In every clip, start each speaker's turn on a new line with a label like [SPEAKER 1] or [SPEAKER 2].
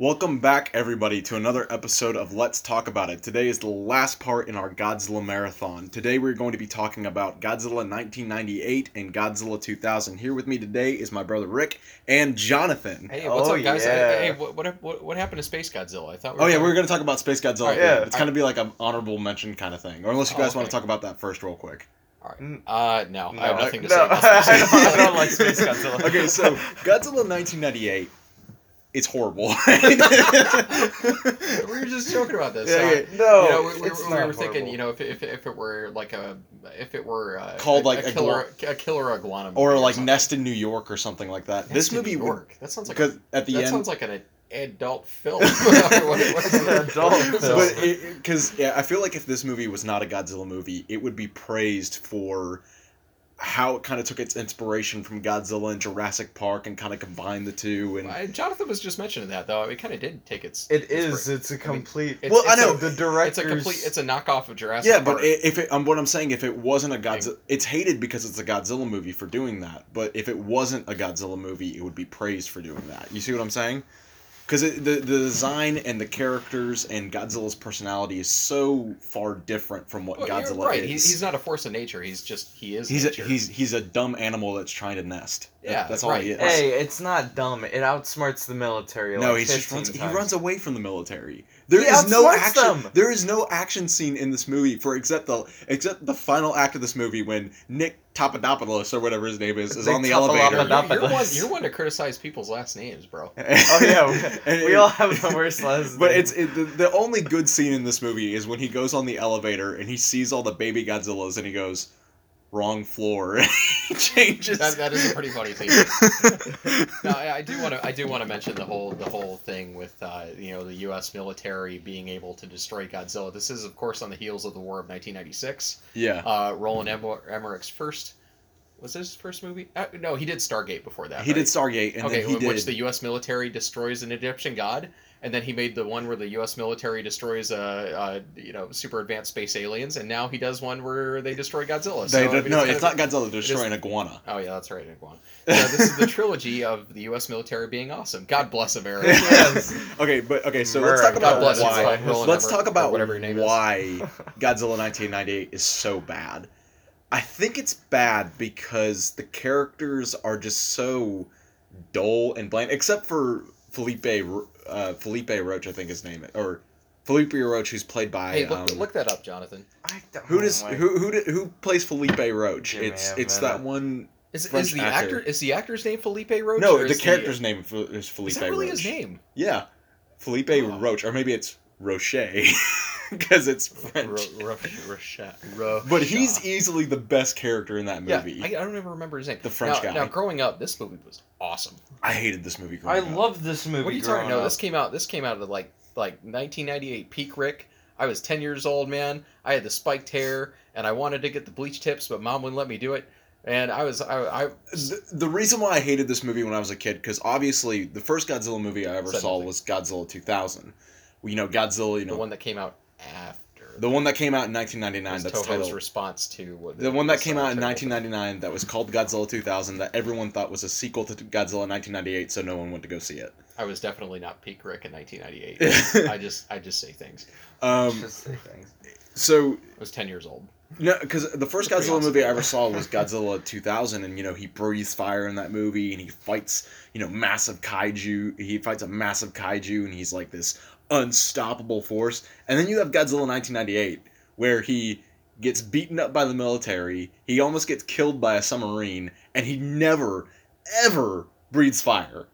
[SPEAKER 1] Welcome back, everybody, to another episode of Let's Talk About It. Today is the last part in our Godzilla marathon. Today we're going to be talking about Godzilla 1998 and Godzilla 2000. Here with me today is my brother Rick and Jonathan.
[SPEAKER 2] Hey, what's
[SPEAKER 3] Oh,
[SPEAKER 2] up, guys?
[SPEAKER 3] yeah.
[SPEAKER 2] Hey, hey, what, what what what happened to Space Godzilla? I thought. We
[SPEAKER 1] Oh, yeah,
[SPEAKER 2] gonna-
[SPEAKER 1] we're going to talk about Space Godzilla.
[SPEAKER 2] Alright,
[SPEAKER 1] yeah.
[SPEAKER 3] yeah.
[SPEAKER 1] It's going to be like an honorable mention kind of thing. Or unless you
[SPEAKER 2] Oh,
[SPEAKER 1] guys want to
[SPEAKER 2] okay.
[SPEAKER 1] talk about that first, real quick.
[SPEAKER 2] Uh, no, I have
[SPEAKER 3] No,
[SPEAKER 2] nothing to
[SPEAKER 3] no.
[SPEAKER 2] say. About Space
[SPEAKER 3] I don't-
[SPEAKER 2] Godzilla.
[SPEAKER 3] I don't like Space Godzilla.
[SPEAKER 1] okay, so Godzilla 1998. It's horrible. right?
[SPEAKER 2] we were just joking about this.
[SPEAKER 1] Yeah,
[SPEAKER 2] uh,
[SPEAKER 1] yeah.
[SPEAKER 3] No,
[SPEAKER 2] you know, we, we,
[SPEAKER 3] Oh, it's
[SPEAKER 2] we
[SPEAKER 3] not
[SPEAKER 2] were thinking,
[SPEAKER 3] horrible.
[SPEAKER 2] you know, if, if, if it were like a, if it were uh,
[SPEAKER 1] Called
[SPEAKER 2] a-
[SPEAKER 1] like
[SPEAKER 2] a
[SPEAKER 1] a
[SPEAKER 2] killer, a killer iguana, movie
[SPEAKER 1] or like
[SPEAKER 2] something.
[SPEAKER 1] Nest in New York or something like that.
[SPEAKER 2] Next
[SPEAKER 1] this
[SPEAKER 2] to
[SPEAKER 1] movie
[SPEAKER 2] New
[SPEAKER 1] would-
[SPEAKER 2] York. That sounds like a,
[SPEAKER 1] because at the
[SPEAKER 2] that
[SPEAKER 1] end
[SPEAKER 2] sounds like an adult film. What- what's-
[SPEAKER 3] Adult film.
[SPEAKER 1] but because yeah, I feel like if this movie was not a Godzilla movie, it would be praised for how it kind of took its inspiration from Godzilla and Jurassic Park and kind of combined the two. And
[SPEAKER 2] I- uh, Jonathan was just mentioning that though. It kind of did take its. its
[SPEAKER 3] It is.
[SPEAKER 2] break.
[SPEAKER 3] It's a complete.
[SPEAKER 2] it's- Well, I it's
[SPEAKER 1] know. a-
[SPEAKER 3] the
[SPEAKER 2] It's
[SPEAKER 3] director's.
[SPEAKER 2] a complete. It's a knockoff of Jurassic
[SPEAKER 1] yeah, but
[SPEAKER 2] Park.
[SPEAKER 1] i- if it, um, what I'm saying, if it wasn't a Godzilla, it's hated because it's a Godzilla movie for doing that. But if it wasn't a Godzilla movie, it would be praised for doing that. You see what I'm saying? Because the the design and the characters and Godzilla's personality is so far different from what
[SPEAKER 2] Well, you're
[SPEAKER 1] Godzilla
[SPEAKER 2] right.
[SPEAKER 1] is.
[SPEAKER 2] He- he's not a force of nature. He's just he is.
[SPEAKER 1] He's a,
[SPEAKER 2] nature.
[SPEAKER 1] he's he's a dumb animal that's trying to nest. That-
[SPEAKER 2] Yeah,
[SPEAKER 1] that's all he is.
[SPEAKER 2] right.
[SPEAKER 3] Hey, it's not dumb. It outsmarts the military.
[SPEAKER 1] no,
[SPEAKER 3] like
[SPEAKER 1] he just
[SPEAKER 3] 15
[SPEAKER 1] runs. He
[SPEAKER 3] times.
[SPEAKER 1] runs away from the military. There is
[SPEAKER 3] He
[SPEAKER 1] no
[SPEAKER 3] outsmarts
[SPEAKER 1] action.
[SPEAKER 3] them!
[SPEAKER 1] There is no action scene in this movie for except the except the final act of this movie when Nick Papadopoulos or whatever his name is is
[SPEAKER 3] Nick
[SPEAKER 1] on the
[SPEAKER 2] You're,
[SPEAKER 1] elevator.
[SPEAKER 2] you're one,
[SPEAKER 3] Papadopoulos.
[SPEAKER 2] you're one to criticize people's last names, bro.
[SPEAKER 3] Oh yeah, we, we all have the worst last.
[SPEAKER 1] But
[SPEAKER 3] name.
[SPEAKER 1] it's it, the, the only good scene in this movie is when he goes on the elevator and he sees all the baby Godzillas and he goes, "Wrong floor." he changes.
[SPEAKER 2] That, that is a pretty funny thing. No, I, I do want to. I do want to mention the whole the whole thing with uh, you know the U.S. military being able to destroy Godzilla. This is, of course, on the heels of the War of 1996.
[SPEAKER 1] yeah.
[SPEAKER 2] Uh, Roland Emmer- Emmerich's first was this his first movie? Uh, no, he did Stargate before that.
[SPEAKER 1] He did
[SPEAKER 2] right?
[SPEAKER 1] Stargate, and
[SPEAKER 2] okay,
[SPEAKER 1] then he
[SPEAKER 2] in
[SPEAKER 1] did.
[SPEAKER 2] which the U.S. military destroys an Egyptian god, and then he made the one where the U.S. military destroys uh, uh you know super advanced space aliens, and now he does one where they destroy Godzilla.
[SPEAKER 1] They
[SPEAKER 2] so, I
[SPEAKER 1] did-
[SPEAKER 2] mean,
[SPEAKER 1] no,
[SPEAKER 2] kind
[SPEAKER 1] it's
[SPEAKER 2] of-
[SPEAKER 1] not Godzilla
[SPEAKER 2] is-
[SPEAKER 1] destroying iguana.
[SPEAKER 2] Oh yeah, that's right, Iguana. So this is the trilogy of the U.S. military being awesome. God bless America.
[SPEAKER 3] Yes.
[SPEAKER 1] okay, but okay, so
[SPEAKER 3] Murray,
[SPEAKER 1] let's talk
[SPEAKER 3] God
[SPEAKER 1] about
[SPEAKER 2] bless you,
[SPEAKER 1] why.
[SPEAKER 2] fuck, Roland
[SPEAKER 1] Let's
[SPEAKER 2] Emmerich,
[SPEAKER 1] talk
[SPEAKER 2] or
[SPEAKER 1] about
[SPEAKER 2] whatever your name is.
[SPEAKER 1] why Godzilla 1998 is so bad. I think it's bad because the characters are just so dull and bland, except for Felipe uh, Felipe Roach, I think his name is, or Felipe Roach, who's played by
[SPEAKER 2] Hey, look,
[SPEAKER 1] um,
[SPEAKER 2] look Oh that up, Jonathan.
[SPEAKER 3] I don't
[SPEAKER 1] who does
[SPEAKER 3] like-
[SPEAKER 1] who who, did, who plays Felipe Roach?
[SPEAKER 3] Give me
[SPEAKER 1] It's
[SPEAKER 3] a
[SPEAKER 1] it's that
[SPEAKER 3] minute.
[SPEAKER 1] one.
[SPEAKER 2] Is,
[SPEAKER 1] French
[SPEAKER 2] is the
[SPEAKER 1] actor.
[SPEAKER 2] actor. is the actor's name Felipe Roach?
[SPEAKER 1] No,
[SPEAKER 2] or
[SPEAKER 1] the
[SPEAKER 2] is
[SPEAKER 1] character's name is Felipe
[SPEAKER 2] Is that really
[SPEAKER 1] Roach.
[SPEAKER 2] his name?
[SPEAKER 1] Yeah, Felipe
[SPEAKER 2] Wow.
[SPEAKER 1] Roach, or maybe it's Roche, because it's French. but he's easily the best character in that
[SPEAKER 2] yeah.
[SPEAKER 1] movie.
[SPEAKER 2] I, I don't even remember his name.
[SPEAKER 1] The French
[SPEAKER 2] now,
[SPEAKER 1] guy.
[SPEAKER 2] Now, growing up, this movie was awesome.
[SPEAKER 1] I, hated this movie.
[SPEAKER 3] I
[SPEAKER 1] Growing up.
[SPEAKER 3] love this movie.
[SPEAKER 2] What are you talking
[SPEAKER 3] growing
[SPEAKER 2] about? No,
[SPEAKER 3] up.
[SPEAKER 2] this came out. This came out of the, like like 1998 peak Rick. I was 10 years old, man. I had the spiked hair, and I wanted to get the bleach tips, but mom wouldn't let me do it. And I was I, I
[SPEAKER 1] The, the reason why I hated this movie when I was a kid, because obviously the first Godzilla movie I ever
[SPEAKER 2] Said
[SPEAKER 1] saw
[SPEAKER 2] nothing.
[SPEAKER 1] was Godzilla 2000. You know, Godzilla. You know,
[SPEAKER 2] the one that came out after
[SPEAKER 1] that came out in 1999.
[SPEAKER 2] was
[SPEAKER 1] That's
[SPEAKER 2] Toho's
[SPEAKER 1] titled.
[SPEAKER 2] response to what
[SPEAKER 1] the one that came out in
[SPEAKER 2] Solitary Confinement.
[SPEAKER 1] 1999 that was called Godzilla 2000 that everyone thought was a sequel to Godzilla 1998, so no one went to go see
[SPEAKER 2] I was definitely not peak Rick in 1998.
[SPEAKER 1] it.
[SPEAKER 2] I just I just say things.
[SPEAKER 1] um,
[SPEAKER 3] Just say things.
[SPEAKER 1] so
[SPEAKER 2] I was 10 years old.
[SPEAKER 1] No, because the first
[SPEAKER 2] That's pretty
[SPEAKER 1] Godzilla
[SPEAKER 2] awesome.
[SPEAKER 1] movie I ever saw was Godzilla 2000, and you know he breathes fire in that movie, and he fights you know massive kaiju. He fights a massive kaiju, and he's like this unstoppable force. And then you have Godzilla 1998, where he gets beaten up by the military. He almost gets killed by a submarine, and he never, ever breathes fire.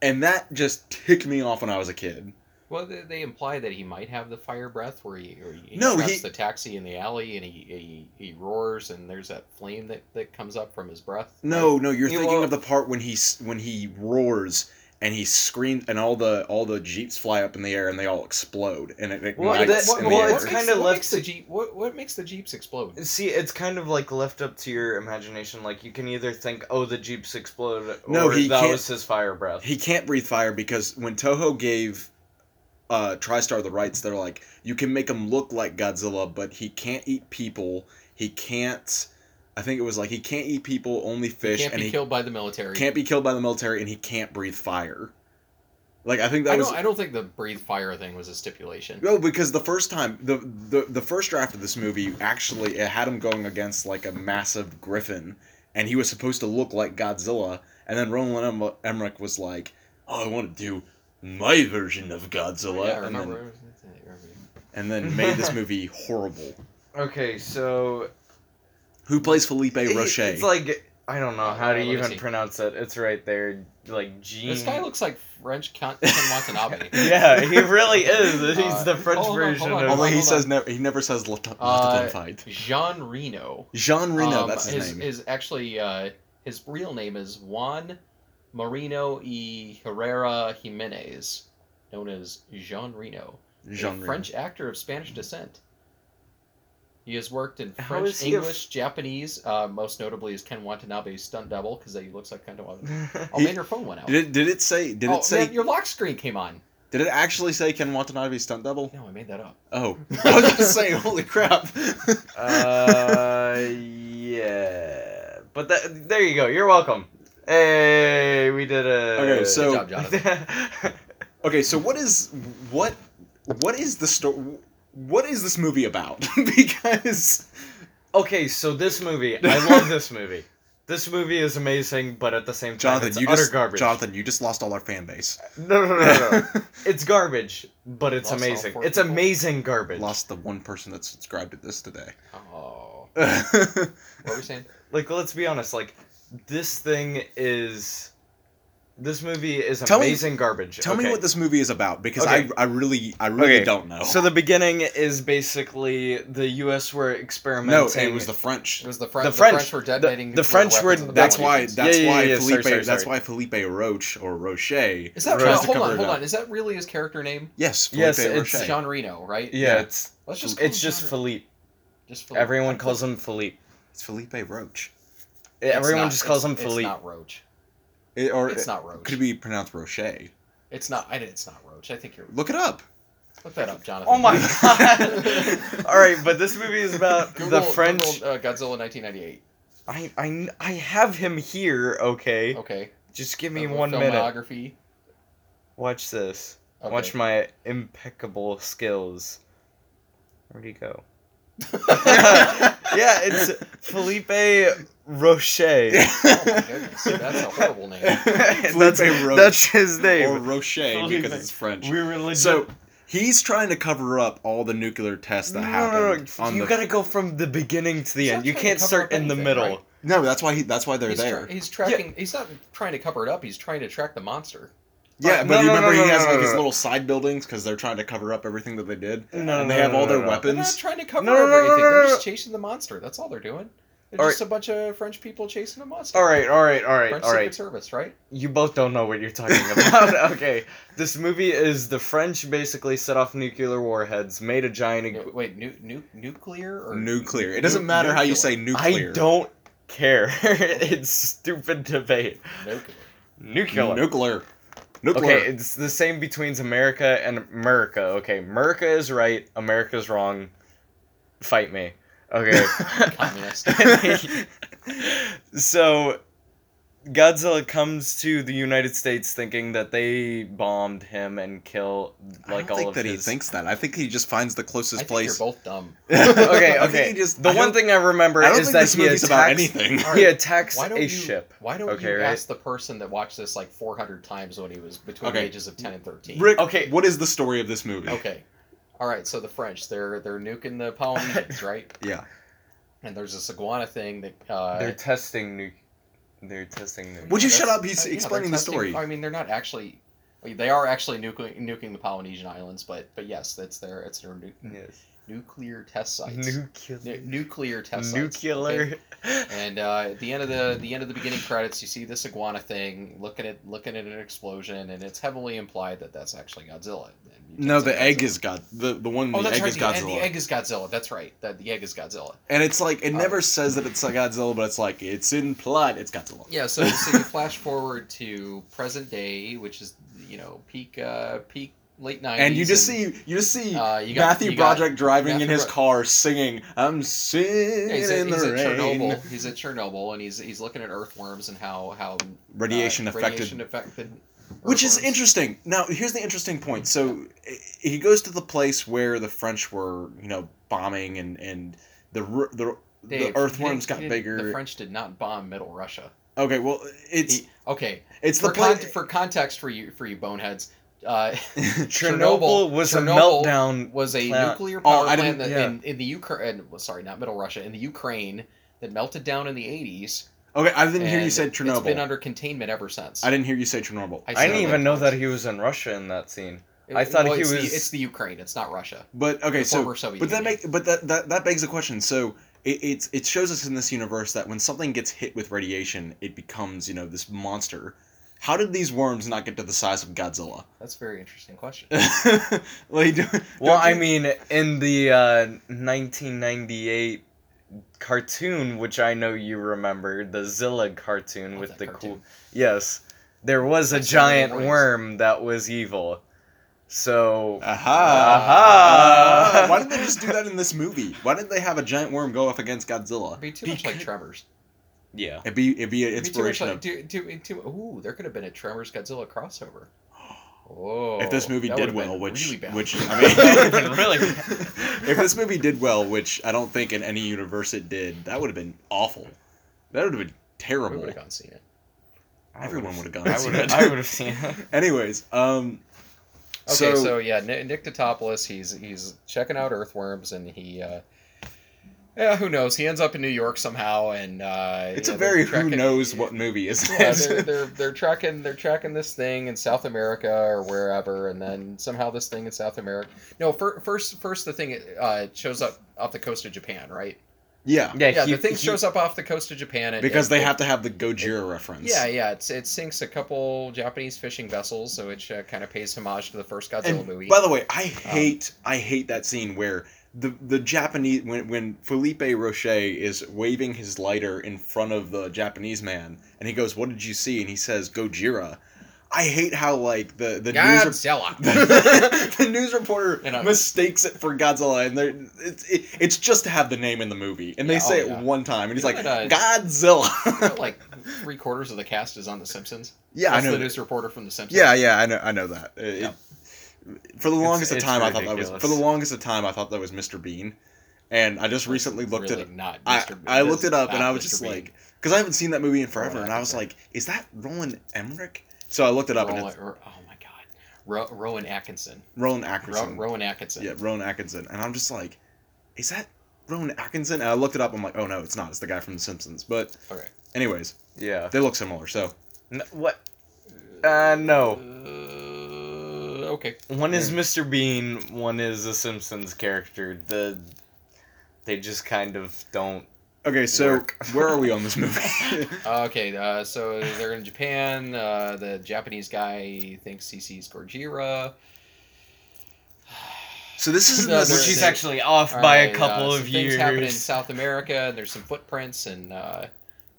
[SPEAKER 1] And that just ticked me off when I was a kid.
[SPEAKER 2] Well, they, they imply that he might have the fire breath, where he, or he
[SPEAKER 1] No,
[SPEAKER 2] no, traps
[SPEAKER 1] he-
[SPEAKER 2] the taxi in the alley and he, he he roars, and there's that flame that, that comes up from his breath.
[SPEAKER 1] No, no, you're
[SPEAKER 3] You
[SPEAKER 1] thinking
[SPEAKER 3] all-
[SPEAKER 1] of the part when he s- when he roars and he screams and all the all the jeeps fly up in the air and they all explode and it
[SPEAKER 3] Well,
[SPEAKER 1] ignites
[SPEAKER 3] that-
[SPEAKER 1] in
[SPEAKER 3] well,
[SPEAKER 1] the
[SPEAKER 3] it's
[SPEAKER 1] air.
[SPEAKER 2] makes-
[SPEAKER 3] kinda
[SPEAKER 2] what
[SPEAKER 3] left
[SPEAKER 2] makes the
[SPEAKER 3] to-
[SPEAKER 2] jeep. What what makes the jeeps explode?
[SPEAKER 3] See, it's kind of like left up to your imagination. Like you can either think, "Oh, the jeeps explode," or
[SPEAKER 1] No, he
[SPEAKER 3] that
[SPEAKER 1] can't-
[SPEAKER 3] was his fire breath.
[SPEAKER 1] He can't breathe fire because when Toho gave uh, TriStar the rights, they're like, you can make him look like Godzilla, but he can't eat people. He can't. I think it was like he can't eat people, only
[SPEAKER 2] He
[SPEAKER 1] fish,
[SPEAKER 2] can't
[SPEAKER 1] and
[SPEAKER 2] be
[SPEAKER 1] he
[SPEAKER 2] killed by the military.
[SPEAKER 1] can't be killed by the military, and he can't breathe fire. Like I think that
[SPEAKER 2] I
[SPEAKER 1] was
[SPEAKER 2] don't, I don't think the breathe fire thing was a stipulation.
[SPEAKER 1] No, because the first time the, the the first draft of this movie actually it had him going against like a massive griffin, and he was supposed to look like Godzilla, and then Roland em- Emmerich was like, "Oh, I want to do my version of Godzilla,"
[SPEAKER 2] Yeah, I
[SPEAKER 1] and, then,
[SPEAKER 2] remember.
[SPEAKER 1] and then made this movie horrible.
[SPEAKER 3] Okay, so
[SPEAKER 1] Who plays Felipe
[SPEAKER 3] it-
[SPEAKER 1] Roche?
[SPEAKER 3] It's like I don't know how
[SPEAKER 2] Uh,
[SPEAKER 3] to
[SPEAKER 2] let me
[SPEAKER 3] even
[SPEAKER 2] see.
[SPEAKER 3] pronounce it. It's right there, like Gene.
[SPEAKER 2] This guy looks like French Count Ken Watanabe.
[SPEAKER 3] yeah, he really is. He's
[SPEAKER 2] Uh,
[SPEAKER 3] the
[SPEAKER 2] hold
[SPEAKER 3] French
[SPEAKER 2] on, hold
[SPEAKER 3] version
[SPEAKER 2] on,
[SPEAKER 1] Although
[SPEAKER 3] of.
[SPEAKER 1] he
[SPEAKER 2] hold
[SPEAKER 1] says never, he never says "let let
[SPEAKER 2] Uh,
[SPEAKER 1] them fight."
[SPEAKER 2] Jean Reno.
[SPEAKER 1] Jean Reno,
[SPEAKER 2] Um,
[SPEAKER 1] that's his, name.
[SPEAKER 2] Is actually uh, his real name is Juan Marino y Herrera Jimenez, known as Jean Reno,
[SPEAKER 1] Jean
[SPEAKER 2] a
[SPEAKER 1] Reno.
[SPEAKER 2] French actor of Spanish descent. He has worked in
[SPEAKER 3] How
[SPEAKER 2] French,
[SPEAKER 3] is he a f-
[SPEAKER 2] English, Japanese, uh, most notably as Ken Watanabe's stunt double because he looks like Ken Watanabe. Oh,
[SPEAKER 1] He-
[SPEAKER 2] man, your phone went out.
[SPEAKER 1] Did it, did it say? Did
[SPEAKER 2] oh,
[SPEAKER 1] it say?
[SPEAKER 2] man, your lock screen came on.
[SPEAKER 1] Did it actually say Ken Watanabe stunt double?
[SPEAKER 2] No, I made that up.
[SPEAKER 1] Oh, I was just saying, holy crap!
[SPEAKER 3] uh, yeah, but that, there you go. You're welcome. Hey, we did a.
[SPEAKER 1] Okay, so-
[SPEAKER 2] Good job, Jonathan.
[SPEAKER 1] Okay, so what is what what is the story? What is this movie about? because
[SPEAKER 3] okay, so this movie, I love this movie. This movie is amazing, but at the same time, it's
[SPEAKER 1] Jonathan, you
[SPEAKER 3] utter
[SPEAKER 1] just
[SPEAKER 3] garbage.
[SPEAKER 1] Jonathan, you just lost all our fan base.
[SPEAKER 3] No, no, no, no, no. it's garbage, but it's
[SPEAKER 2] Lost all
[SPEAKER 3] amazing.
[SPEAKER 2] four
[SPEAKER 3] It's
[SPEAKER 2] people.
[SPEAKER 3] amazing garbage.
[SPEAKER 1] lost the one person that subscribed to this today.
[SPEAKER 2] Oh,
[SPEAKER 1] yeah,
[SPEAKER 2] what were we saying?
[SPEAKER 3] Like, let's be honest. Like, this thing is. This movie is
[SPEAKER 1] Tell me-
[SPEAKER 3] amazing garbage.
[SPEAKER 1] tell me
[SPEAKER 3] okay.
[SPEAKER 1] what this movie is about because
[SPEAKER 3] Okay.
[SPEAKER 1] I I really I really
[SPEAKER 3] Okay,
[SPEAKER 1] don't know.
[SPEAKER 3] So the beginning is basically the U.S. were
[SPEAKER 1] no,
[SPEAKER 3] experimenting.
[SPEAKER 1] it was the French.
[SPEAKER 2] It was the French.
[SPEAKER 3] The
[SPEAKER 2] The,
[SPEAKER 3] French-
[SPEAKER 2] French, were detonating.
[SPEAKER 3] the
[SPEAKER 2] nuclear
[SPEAKER 3] French were-
[SPEAKER 2] weapons in the
[SPEAKER 1] That's
[SPEAKER 2] Baltic
[SPEAKER 1] why.
[SPEAKER 2] Sea.
[SPEAKER 1] That's
[SPEAKER 3] Yeah, yeah,
[SPEAKER 1] why
[SPEAKER 3] yeah, sorry,
[SPEAKER 1] Felipe.
[SPEAKER 3] sorry,
[SPEAKER 1] That's
[SPEAKER 3] sorry.
[SPEAKER 1] why Felipe Roche or Roche.
[SPEAKER 2] Is that
[SPEAKER 3] Rose
[SPEAKER 2] no, hold
[SPEAKER 3] to
[SPEAKER 1] cover
[SPEAKER 2] on,
[SPEAKER 1] it
[SPEAKER 2] hold
[SPEAKER 1] up.
[SPEAKER 2] on. Is that really his character name?
[SPEAKER 1] Yes, Felipe
[SPEAKER 3] Yes, it's
[SPEAKER 1] Roche.
[SPEAKER 2] It's Jean Reno, right?
[SPEAKER 3] yeah. It's
[SPEAKER 2] Let's just call
[SPEAKER 3] it's
[SPEAKER 2] him
[SPEAKER 3] just
[SPEAKER 2] Jean-
[SPEAKER 3] Philippe.
[SPEAKER 2] just Oh, Philippe.
[SPEAKER 3] Everyone calls him Philippe.
[SPEAKER 1] It's Felipe Roche.
[SPEAKER 2] It's
[SPEAKER 3] Everyone
[SPEAKER 2] not-
[SPEAKER 3] just calls him
[SPEAKER 2] it's-
[SPEAKER 3] Philippe.
[SPEAKER 2] It's not Roach.
[SPEAKER 1] It- or
[SPEAKER 2] It's
[SPEAKER 1] it
[SPEAKER 2] not Roach.
[SPEAKER 1] could be pronounced Roche.
[SPEAKER 2] It's not. I, it's not Roach. I think you're.
[SPEAKER 1] Look it up.
[SPEAKER 2] Look that up, Jonathan.
[SPEAKER 3] Oh my god! All right, but this movie is about
[SPEAKER 2] Google,
[SPEAKER 3] the French.
[SPEAKER 2] Google, uh, Godzilla 1998.
[SPEAKER 3] I, I I have him here. Okay,
[SPEAKER 2] Okay.
[SPEAKER 3] just give me
[SPEAKER 2] Uh,
[SPEAKER 3] one minute.
[SPEAKER 2] Filmography.
[SPEAKER 3] Watch this.
[SPEAKER 2] Okay.
[SPEAKER 3] Watch my impeccable skills. Where'd he go?
[SPEAKER 2] Oh
[SPEAKER 3] Yeah, it's Felipe Rocher.
[SPEAKER 2] oh my goodness, that's a horrible name.
[SPEAKER 3] that's,
[SPEAKER 1] Felipe Roche.
[SPEAKER 3] that's his
[SPEAKER 1] or
[SPEAKER 3] name.
[SPEAKER 1] Roche because it's French.
[SPEAKER 3] We were legit.
[SPEAKER 1] So he's trying to cover up all the nuclear tests that
[SPEAKER 3] no, no, no,
[SPEAKER 1] happened. on
[SPEAKER 3] you
[SPEAKER 1] the...
[SPEAKER 3] gotta go from the beginning to the
[SPEAKER 2] He's
[SPEAKER 3] end.
[SPEAKER 2] not
[SPEAKER 3] You
[SPEAKER 2] trying to
[SPEAKER 3] can't
[SPEAKER 2] cover
[SPEAKER 3] start
[SPEAKER 2] up
[SPEAKER 3] in the
[SPEAKER 2] anything,
[SPEAKER 3] middle.
[SPEAKER 2] right?
[SPEAKER 1] no, that's why he. That's why they're
[SPEAKER 2] He's, tra-
[SPEAKER 1] there.
[SPEAKER 2] he's tracking. He's not trying to cover it up. He's trying to track the monster.
[SPEAKER 1] yeah,
[SPEAKER 3] No,
[SPEAKER 1] but you
[SPEAKER 3] no, no,
[SPEAKER 1] remember
[SPEAKER 3] no,
[SPEAKER 1] he
[SPEAKER 3] no,
[SPEAKER 1] has
[SPEAKER 3] no,
[SPEAKER 1] like
[SPEAKER 3] no,
[SPEAKER 1] his
[SPEAKER 3] no.
[SPEAKER 1] little side buildings because they're trying to cover up everything that they did.
[SPEAKER 3] No, no,
[SPEAKER 1] and
[SPEAKER 3] no,
[SPEAKER 1] they have
[SPEAKER 3] no,
[SPEAKER 1] all
[SPEAKER 3] no,
[SPEAKER 1] their
[SPEAKER 3] no.
[SPEAKER 2] They're
[SPEAKER 1] weapons.
[SPEAKER 2] not trying to cover
[SPEAKER 3] No, no,
[SPEAKER 2] up
[SPEAKER 3] no, no,
[SPEAKER 2] anything.
[SPEAKER 3] no,
[SPEAKER 2] They're
[SPEAKER 3] no.
[SPEAKER 2] just chasing the monster. That's all they're doing. They're
[SPEAKER 3] All
[SPEAKER 2] just a bunch of French people chasing a monster.
[SPEAKER 3] All right, all right, all right,
[SPEAKER 2] French
[SPEAKER 3] all
[SPEAKER 2] Secret
[SPEAKER 3] right.
[SPEAKER 2] Service, right?
[SPEAKER 3] You both don't know what you're talking about. okay, this movie is the French basically set off nuclear warheads, made a giant.
[SPEAKER 2] Nu-
[SPEAKER 3] Ig-
[SPEAKER 2] wait, nu- nu- nuclear or
[SPEAKER 1] Nuclear. It
[SPEAKER 2] Nu-
[SPEAKER 1] doesn't matter how you say nuclear.
[SPEAKER 3] I don't care. it's stupid debate.
[SPEAKER 2] nuclear.
[SPEAKER 3] Nuclear.
[SPEAKER 1] Nuclear. Nuclear.
[SPEAKER 3] Okay, it's the same between America and America. Okay, America is right, America's wrong. Fight me. Okay.
[SPEAKER 2] Communist.
[SPEAKER 3] so Godzilla comes to the United States thinking that they bombed him and kill
[SPEAKER 1] I
[SPEAKER 3] like
[SPEAKER 1] don't
[SPEAKER 3] all
[SPEAKER 1] think
[SPEAKER 3] of
[SPEAKER 1] that he
[SPEAKER 3] his.
[SPEAKER 1] thinks that. I think he just finds the
[SPEAKER 2] I
[SPEAKER 1] closest
[SPEAKER 2] think
[SPEAKER 1] place.
[SPEAKER 2] you're both dumb.
[SPEAKER 3] okay,
[SPEAKER 1] I think
[SPEAKER 3] okay.
[SPEAKER 1] he just,
[SPEAKER 3] the
[SPEAKER 1] I
[SPEAKER 3] one
[SPEAKER 1] don't-
[SPEAKER 3] thing I remember
[SPEAKER 1] I don't
[SPEAKER 3] is
[SPEAKER 1] think
[SPEAKER 3] that
[SPEAKER 1] this
[SPEAKER 3] he
[SPEAKER 1] movie's
[SPEAKER 3] attacks
[SPEAKER 1] about anything.
[SPEAKER 3] he
[SPEAKER 2] Alright,
[SPEAKER 3] attacks
[SPEAKER 2] Why
[SPEAKER 3] a
[SPEAKER 2] don't you,
[SPEAKER 3] ship.
[SPEAKER 2] Why don't
[SPEAKER 3] Okay,
[SPEAKER 2] you
[SPEAKER 3] right?
[SPEAKER 2] ask the person that watched this like 400 times when he was between
[SPEAKER 1] Okay.
[SPEAKER 2] the ages of 10 and 13?
[SPEAKER 1] Rick,
[SPEAKER 3] Okay.
[SPEAKER 1] what is the story of this movie?
[SPEAKER 2] Okay. All right. So the French, they're they're nuking the Polynesians, right?
[SPEAKER 1] Yeah.
[SPEAKER 2] And there's this iguana thing that. Uh,
[SPEAKER 3] They're testing nuke. They're testing nuke.
[SPEAKER 1] Would you
[SPEAKER 2] Yeah,
[SPEAKER 1] shut
[SPEAKER 2] that's-
[SPEAKER 1] up? He's
[SPEAKER 2] uh, yeah,
[SPEAKER 1] explaining
[SPEAKER 2] they're
[SPEAKER 1] the
[SPEAKER 2] testing-
[SPEAKER 1] story.
[SPEAKER 2] I mean, they're not actually. I mean, They are actually nuking, nuking the Polynesian islands, but but yes, that's their it's their nu-
[SPEAKER 3] Yes.
[SPEAKER 2] nuclear test sites.
[SPEAKER 3] Nuclear.
[SPEAKER 2] Nu- nuclear test sites.
[SPEAKER 3] Nuclear.
[SPEAKER 2] okay? And uh, at the end of the the end of the beginning credits, you see this iguana thing looking at looking at an explosion, and it's heavily implied that that's actually Godzilla. And you
[SPEAKER 1] No,
[SPEAKER 2] think
[SPEAKER 1] the
[SPEAKER 2] it's
[SPEAKER 1] egg
[SPEAKER 2] Godzilla.
[SPEAKER 1] is God. The the one
[SPEAKER 2] Oh,
[SPEAKER 1] the
[SPEAKER 2] that's
[SPEAKER 1] egg
[SPEAKER 2] right.
[SPEAKER 1] is
[SPEAKER 2] the-
[SPEAKER 1] Godzilla.
[SPEAKER 2] And the egg is Godzilla. That's right. That the egg is Godzilla.
[SPEAKER 1] And it's like it
[SPEAKER 2] Oh.
[SPEAKER 1] never says that it's like Godzilla, but it's like it's implied it's Godzilla.
[SPEAKER 2] Yeah, so, so you flash forward to present day, which is you know peak uh, peak late nineties,
[SPEAKER 1] And you just see you just see
[SPEAKER 2] uh, you got,
[SPEAKER 1] Matthew
[SPEAKER 2] you got-
[SPEAKER 1] Broderick driving in
[SPEAKER 2] Matthew
[SPEAKER 1] his
[SPEAKER 2] Bro-
[SPEAKER 1] car singing, "I'm singing
[SPEAKER 2] yeah, he's, at,
[SPEAKER 1] in the
[SPEAKER 2] he's at
[SPEAKER 1] rain."
[SPEAKER 2] Chernobyl. He's at Chernobyl, and he's he's looking at earthworms and how how uh,
[SPEAKER 1] Radiation affected
[SPEAKER 2] radiation affected
[SPEAKER 1] Which is
[SPEAKER 2] Earthworms.
[SPEAKER 1] interesting. Now, here's the interesting point. So i- he goes to the place where the French were, you know, bombing and and the r- the,
[SPEAKER 2] Dave,
[SPEAKER 1] the
[SPEAKER 2] he didn't-
[SPEAKER 1] earthworms got
[SPEAKER 2] he didn't-
[SPEAKER 1] bigger.
[SPEAKER 2] The French did not bomb Middle Russia.
[SPEAKER 1] okay, well, it's
[SPEAKER 2] He- okay,
[SPEAKER 1] it's the
[SPEAKER 2] for, con-
[SPEAKER 1] place
[SPEAKER 2] for context for you for you boneheads, uh,
[SPEAKER 3] Chernobyl,
[SPEAKER 2] Chernobyl-
[SPEAKER 3] was
[SPEAKER 2] Chernobyl
[SPEAKER 3] a meltdown.
[SPEAKER 2] was a
[SPEAKER 3] Plant.
[SPEAKER 2] nuclear
[SPEAKER 1] Oh,
[SPEAKER 2] power
[SPEAKER 1] I
[SPEAKER 2] plant
[SPEAKER 1] didn't-
[SPEAKER 2] that
[SPEAKER 3] yeah.
[SPEAKER 2] in, in the Ukraine. Well, sorry, not Middle Russia, in the Ukraine that melted down in the eighties.
[SPEAKER 1] okay, I didn't hear you
[SPEAKER 2] and
[SPEAKER 1] said
[SPEAKER 2] It's been
[SPEAKER 1] Chernobyl.
[SPEAKER 2] under containment ever since.
[SPEAKER 1] I didn't hear you say Chernobyl.
[SPEAKER 2] I
[SPEAKER 3] I didn't
[SPEAKER 2] said
[SPEAKER 3] even know
[SPEAKER 2] Olympics.
[SPEAKER 3] that he was in Russia in that scene.
[SPEAKER 2] It-
[SPEAKER 3] I thought
[SPEAKER 2] well,
[SPEAKER 3] he
[SPEAKER 2] it's
[SPEAKER 3] was-
[SPEAKER 2] The, it's the Ukraine. It's not Russia.
[SPEAKER 1] But okay,
[SPEAKER 2] the
[SPEAKER 1] so
[SPEAKER 2] former Soviet
[SPEAKER 1] but that
[SPEAKER 2] Union.
[SPEAKER 1] make but that, that that begs the question. So it, it's it shows us in this universe that when something gets hit with radiation, it becomes you know this monster. How did these worms not get to the size of Godzilla?
[SPEAKER 2] That's a very interesting question.
[SPEAKER 1] like, do,
[SPEAKER 3] Well,
[SPEAKER 1] don't
[SPEAKER 3] I
[SPEAKER 1] you-
[SPEAKER 3] mean, in the uh, 1998 cartoon, which I know you remember, the Zilla cartoon
[SPEAKER 2] Love
[SPEAKER 3] with
[SPEAKER 2] that
[SPEAKER 3] the cool.
[SPEAKER 2] cartoon.
[SPEAKER 3] Yes, there was a
[SPEAKER 2] I saw
[SPEAKER 3] giant
[SPEAKER 2] the rings.
[SPEAKER 3] worm that was evil. So
[SPEAKER 1] Aha!
[SPEAKER 3] Aha.
[SPEAKER 1] Ah. Why did they just do that in this movie? Why didn't they have a giant worm go off against Godzilla?
[SPEAKER 2] It'd be too much like Tremors.
[SPEAKER 3] yeah,
[SPEAKER 1] It'd be it'd be an
[SPEAKER 2] It'd be too much
[SPEAKER 1] inspiration
[SPEAKER 2] like
[SPEAKER 1] of
[SPEAKER 2] too, too, too, ooh, there could have been a Tremors Godzilla crossover. Oh,
[SPEAKER 1] if this movie
[SPEAKER 2] that
[SPEAKER 1] did
[SPEAKER 2] would've been
[SPEAKER 1] well, which
[SPEAKER 2] really bad.
[SPEAKER 1] which I
[SPEAKER 3] That
[SPEAKER 1] mean
[SPEAKER 3] would've been really
[SPEAKER 1] if this movie did well, which I don't think in any universe it did, that would have been awful. That would have been
[SPEAKER 2] we
[SPEAKER 1] terrible.
[SPEAKER 2] would have gone seen it.
[SPEAKER 1] Everyone would have gone.
[SPEAKER 3] I
[SPEAKER 1] see
[SPEAKER 3] would
[SPEAKER 1] it.
[SPEAKER 3] I would have seen it.
[SPEAKER 1] Anyways, um,
[SPEAKER 2] Okay, so,
[SPEAKER 1] so
[SPEAKER 2] yeah, Nick, Nick Totopoulos, he's he's checking out earthworms, and he, uh, yeah, who knows? He ends up in New York somehow, and uh,
[SPEAKER 1] it's
[SPEAKER 2] yeah,
[SPEAKER 1] a
[SPEAKER 2] they're
[SPEAKER 1] very who
[SPEAKER 2] tracking-
[SPEAKER 1] knows what movie is
[SPEAKER 2] Yeah,
[SPEAKER 1] this.
[SPEAKER 2] they're, they're they're tracking they're tracking this thing in South America or wherever, and then somehow this thing in South America. No, fir- first first the thing uh, shows up off the coast of Japan, right?
[SPEAKER 1] yeah,
[SPEAKER 3] Yeah,
[SPEAKER 2] Yeah,
[SPEAKER 3] he-
[SPEAKER 2] the thing
[SPEAKER 3] he-
[SPEAKER 2] shows up off the coast of Japan and
[SPEAKER 1] because
[SPEAKER 2] it-
[SPEAKER 1] they
[SPEAKER 2] it-
[SPEAKER 1] have to have the Gojira reference.
[SPEAKER 2] Yeah, yeah, it's, it sinks a couple Japanese fishing vessels, so which uh, kind of pays homage to the first Godzilla
[SPEAKER 1] And
[SPEAKER 2] movie. Um,
[SPEAKER 1] by the way, I hate I hate that scene where the the Japanese when when Felipe Roche is waving his lighter in front of the Japanese man and he goes, "What did you see?" and he says, "Gojira." I hate how like the the news re-
[SPEAKER 2] Godzilla.
[SPEAKER 1] the news reporter
[SPEAKER 2] You know.
[SPEAKER 1] mistakes it for Godzilla, and they're it's it, it's just to have the name in the movie, and they
[SPEAKER 2] Yeah,
[SPEAKER 1] say
[SPEAKER 2] oh,
[SPEAKER 1] it
[SPEAKER 2] yeah.
[SPEAKER 1] one time, and he's
[SPEAKER 2] You
[SPEAKER 1] like
[SPEAKER 2] know what,
[SPEAKER 1] Godzilla.
[SPEAKER 2] like three quarters of the cast is on The Simpsons.
[SPEAKER 1] yeah, I
[SPEAKER 2] That's
[SPEAKER 1] know.
[SPEAKER 2] the news reporter from The Simpsons.
[SPEAKER 1] Yeah, yeah, I know, I know that. It-
[SPEAKER 2] Yeah.
[SPEAKER 1] it- for the
[SPEAKER 3] It's-
[SPEAKER 1] longest
[SPEAKER 3] it's
[SPEAKER 1] of time, I thought that was
[SPEAKER 3] ridiculous.
[SPEAKER 1] for the longest of time, I thought that was Mr. Bean, and I just recently looked
[SPEAKER 2] really
[SPEAKER 1] it.
[SPEAKER 2] Not
[SPEAKER 1] I,
[SPEAKER 2] Mr.
[SPEAKER 1] I
[SPEAKER 2] Bean.
[SPEAKER 1] looked it up and
[SPEAKER 2] Not
[SPEAKER 1] I was
[SPEAKER 2] Mr.
[SPEAKER 1] just
[SPEAKER 2] Bean.
[SPEAKER 1] like, because I haven't seen that movie in forever,
[SPEAKER 2] Roland
[SPEAKER 1] and I was
[SPEAKER 2] Emmerich.
[SPEAKER 1] like, is that Roland Emmerich? So I looked it up and
[SPEAKER 2] Rowan,
[SPEAKER 1] it's
[SPEAKER 2] Ro- oh my god, Ro, Rowan Atkinson.
[SPEAKER 1] Roland
[SPEAKER 2] Ro,
[SPEAKER 1] Atkinson.
[SPEAKER 2] Rowan Atkinson.
[SPEAKER 1] yeah, Roland Atkinson, and I'm just like, is that Roland Atkinson? And I looked it up. I'm like, oh no, it's not. It's the guy from The Simpsons. But
[SPEAKER 2] Okay.
[SPEAKER 1] anyways,
[SPEAKER 3] yeah.
[SPEAKER 1] they look similar. So
[SPEAKER 3] N- what?
[SPEAKER 1] Oh.
[SPEAKER 3] Uh, no.
[SPEAKER 2] Uh, okay.
[SPEAKER 3] One is Mr. Bean, one is a Simpsons character. The they just kind of don't.
[SPEAKER 1] okay, so
[SPEAKER 3] Work.
[SPEAKER 1] where are we on this movie?
[SPEAKER 2] Okay. Uh, so they're in Japan. Uh, the Japanese guy thinks he sees Gorgira.
[SPEAKER 1] so this is
[SPEAKER 2] No,
[SPEAKER 1] the,
[SPEAKER 2] they're-
[SPEAKER 3] Which he's
[SPEAKER 2] they're-
[SPEAKER 3] actually off
[SPEAKER 2] All
[SPEAKER 3] by a
[SPEAKER 2] right,
[SPEAKER 3] couple
[SPEAKER 2] uh,
[SPEAKER 3] of
[SPEAKER 2] some things happen in
[SPEAKER 3] years.
[SPEAKER 2] South America, and there's some footprints, and uh,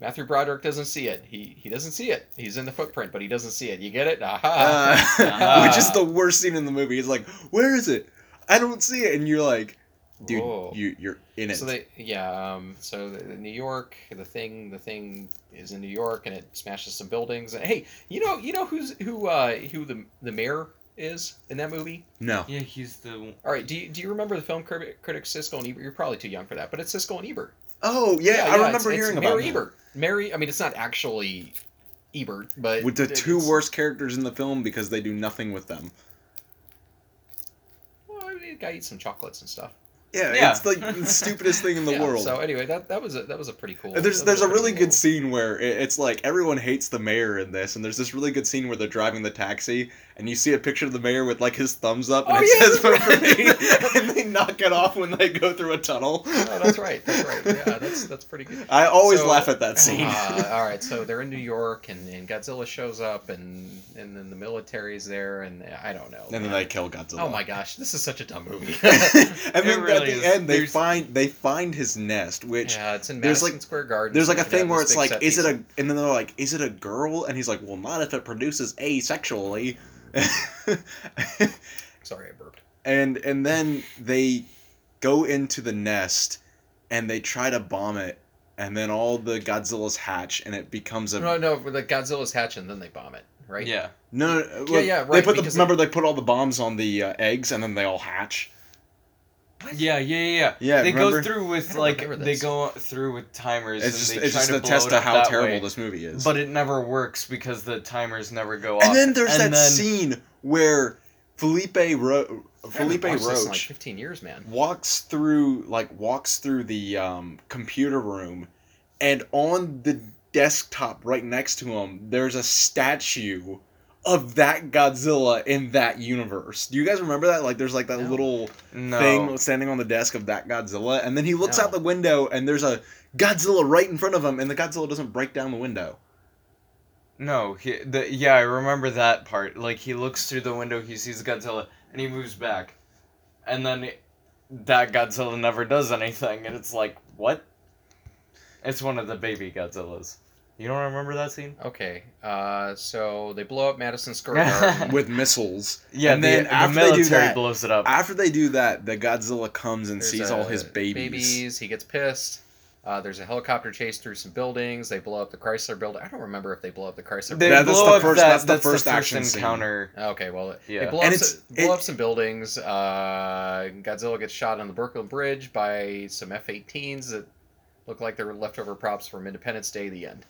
[SPEAKER 2] Matthew Broderick doesn't see it. He he doesn't see it. He's in the footprint, but he doesn't see it. You get it? Aha!
[SPEAKER 1] Uh, which is
[SPEAKER 3] Ah.
[SPEAKER 1] the worst scene in the movie. It's like, where is it? I don't see it, and you're like,
[SPEAKER 3] Uh,
[SPEAKER 1] dude,
[SPEAKER 2] Whoa.
[SPEAKER 1] you you're in it.
[SPEAKER 2] So they yeah. Um, so the, the New York, the thing, the thing is in New York, and it smashes some buildings. And hey, you know you know who's who uh, who the the mayor is in that movie?
[SPEAKER 1] no,
[SPEAKER 3] Yeah, he's the.
[SPEAKER 2] All right. Do you, do you remember the film critic, critic Siskel and Ebert? You're probably too young for that, but it's Siskel and Ebert.
[SPEAKER 1] oh yeah, I
[SPEAKER 2] it's-
[SPEAKER 1] remember
[SPEAKER 2] it's
[SPEAKER 1] hearing
[SPEAKER 2] Mayor
[SPEAKER 1] about that.
[SPEAKER 2] Ebert. Mary. I mean, it's not actually Ebert, but
[SPEAKER 1] With the
[SPEAKER 2] it's-
[SPEAKER 1] two worst characters in the film because they do nothing with them.
[SPEAKER 2] Well, I mean, the guy eats some chocolates and stuff.
[SPEAKER 1] Yeah,
[SPEAKER 3] Yeah.
[SPEAKER 1] it's like the stupidest thing in the
[SPEAKER 2] Yeah,
[SPEAKER 1] world.
[SPEAKER 2] So anyway, that that was a that was a pretty cool.
[SPEAKER 1] And there's
[SPEAKER 2] that was
[SPEAKER 1] there's a
[SPEAKER 2] pretty
[SPEAKER 1] really
[SPEAKER 2] cool-
[SPEAKER 1] good scene where it- it's like everyone hates the mayor in this, and there's this really good scene where they're driving the taxi, and you see a picture of the mayor with like his thumbs up, and
[SPEAKER 2] Oh,
[SPEAKER 1] it
[SPEAKER 2] yeah,
[SPEAKER 1] says
[SPEAKER 2] that's
[SPEAKER 1] Marine, and they knock it off when they go through a tunnel.
[SPEAKER 2] Oh, that's right. That's right. Yeah, that's that's pretty good.
[SPEAKER 1] I always
[SPEAKER 2] So-
[SPEAKER 1] laugh at that scene.
[SPEAKER 2] Uh, all right, so they're in New York, and, and Godzilla shows up, and and then the military's there, and I don't know.
[SPEAKER 1] and then they kill Godzilla.
[SPEAKER 2] oh my gosh, this is such a dumb movie.
[SPEAKER 1] and then
[SPEAKER 3] really
[SPEAKER 1] at
[SPEAKER 3] is.
[SPEAKER 1] the end, they
[SPEAKER 3] There's-
[SPEAKER 1] find they find his nest, which
[SPEAKER 2] yeah, it's in
[SPEAKER 1] there's
[SPEAKER 2] Madison
[SPEAKER 1] like-
[SPEAKER 2] Square Garden.
[SPEAKER 1] there's
[SPEAKER 2] so
[SPEAKER 1] like a
[SPEAKER 2] you can have
[SPEAKER 1] thing where
[SPEAKER 2] this
[SPEAKER 1] it's
[SPEAKER 2] big
[SPEAKER 1] like,
[SPEAKER 2] set
[SPEAKER 1] is it
[SPEAKER 2] piece.
[SPEAKER 1] a? And then they're like, is it a girl? And he's like, well, not if it produces asexually.
[SPEAKER 2] Sorry, I burped.
[SPEAKER 1] and and then they go into the nest, and they try to bomb it, and then all the Godzillas hatch, and it becomes a
[SPEAKER 2] No, no, but the Godzilla's hatch, and then they bomb it. right?
[SPEAKER 3] Yeah.
[SPEAKER 1] No, no,
[SPEAKER 2] Yeah,
[SPEAKER 1] well,
[SPEAKER 2] yeah,
[SPEAKER 1] They
[SPEAKER 2] right,
[SPEAKER 1] put the,
[SPEAKER 2] because
[SPEAKER 1] remember they put all the bombs on the uh, eggs and then they all hatch.
[SPEAKER 3] Yeah, yeah, yeah, yeah.
[SPEAKER 1] Yeah,
[SPEAKER 3] they
[SPEAKER 1] remember?
[SPEAKER 3] go through
[SPEAKER 2] I
[SPEAKER 3] with
[SPEAKER 2] don't
[SPEAKER 3] like
[SPEAKER 2] remember
[SPEAKER 3] they
[SPEAKER 2] this.
[SPEAKER 3] go through with timers.
[SPEAKER 1] It's
[SPEAKER 3] and
[SPEAKER 1] just
[SPEAKER 3] they
[SPEAKER 1] it's
[SPEAKER 3] try
[SPEAKER 1] just
[SPEAKER 3] to
[SPEAKER 1] a test
[SPEAKER 3] blow it
[SPEAKER 1] to
[SPEAKER 3] up
[SPEAKER 1] how
[SPEAKER 3] that
[SPEAKER 1] terrible
[SPEAKER 3] way.
[SPEAKER 1] this movie is.
[SPEAKER 3] But it never works because the timers never go off.
[SPEAKER 1] and then there's
[SPEAKER 3] and
[SPEAKER 1] that
[SPEAKER 3] then-
[SPEAKER 1] scene where Felipe Ro-
[SPEAKER 2] I haven't
[SPEAKER 1] Felipe
[SPEAKER 2] watched this in like
[SPEAKER 1] Roach
[SPEAKER 2] 15 years, man.
[SPEAKER 1] walks through like walks through the um, computer room, and on the desktop right next to him, there's a statue of that Godzilla in that universe. Do you guys remember that? Like, there's like that
[SPEAKER 2] No.
[SPEAKER 1] little
[SPEAKER 3] no.
[SPEAKER 1] thing standing on the desk of that Godzilla, and then he looks
[SPEAKER 2] No.
[SPEAKER 1] out the window and there's a Godzilla right in front of him, and the Godzilla doesn't break down the window.
[SPEAKER 3] No, he, the, yeah, I remember that part. Like he looks through the window, he sees Godzilla, and he moves back, and then it- that Godzilla never does anything, and it's like what? It's one of the baby Godzillas. You don't remember that scene?
[SPEAKER 2] Okay, uh, so they blow up Madison Square Garden.
[SPEAKER 1] with missiles.
[SPEAKER 3] Yeah,
[SPEAKER 1] And
[SPEAKER 3] the,
[SPEAKER 1] then
[SPEAKER 3] the
[SPEAKER 1] after they do
[SPEAKER 3] military
[SPEAKER 1] that-
[SPEAKER 3] blows it up.
[SPEAKER 1] After they do that, the Godzilla comes and
[SPEAKER 2] There's
[SPEAKER 1] sees
[SPEAKER 2] a-
[SPEAKER 1] all his babies.
[SPEAKER 2] Babies. He gets pissed. Uh, there's a helicopter chase through some buildings. They blow up the Chrysler building. I don't remember if they blow up the Chrysler.
[SPEAKER 3] they
[SPEAKER 1] Yeah,
[SPEAKER 2] building.
[SPEAKER 1] that's
[SPEAKER 3] blow
[SPEAKER 1] the
[SPEAKER 3] up
[SPEAKER 1] first-
[SPEAKER 3] that,
[SPEAKER 1] that's the first
[SPEAKER 3] first,
[SPEAKER 1] action scene.
[SPEAKER 3] encounter.
[SPEAKER 2] Okay, well,
[SPEAKER 3] Yeah.
[SPEAKER 2] they blow,
[SPEAKER 1] And
[SPEAKER 2] up,
[SPEAKER 1] it's-
[SPEAKER 2] some, blow
[SPEAKER 1] it-
[SPEAKER 2] up some buildings. Uh, Godzilla gets shot on the Brooklyn Bridge by some F-18s that look like they were leftover props from Independence Day. The end.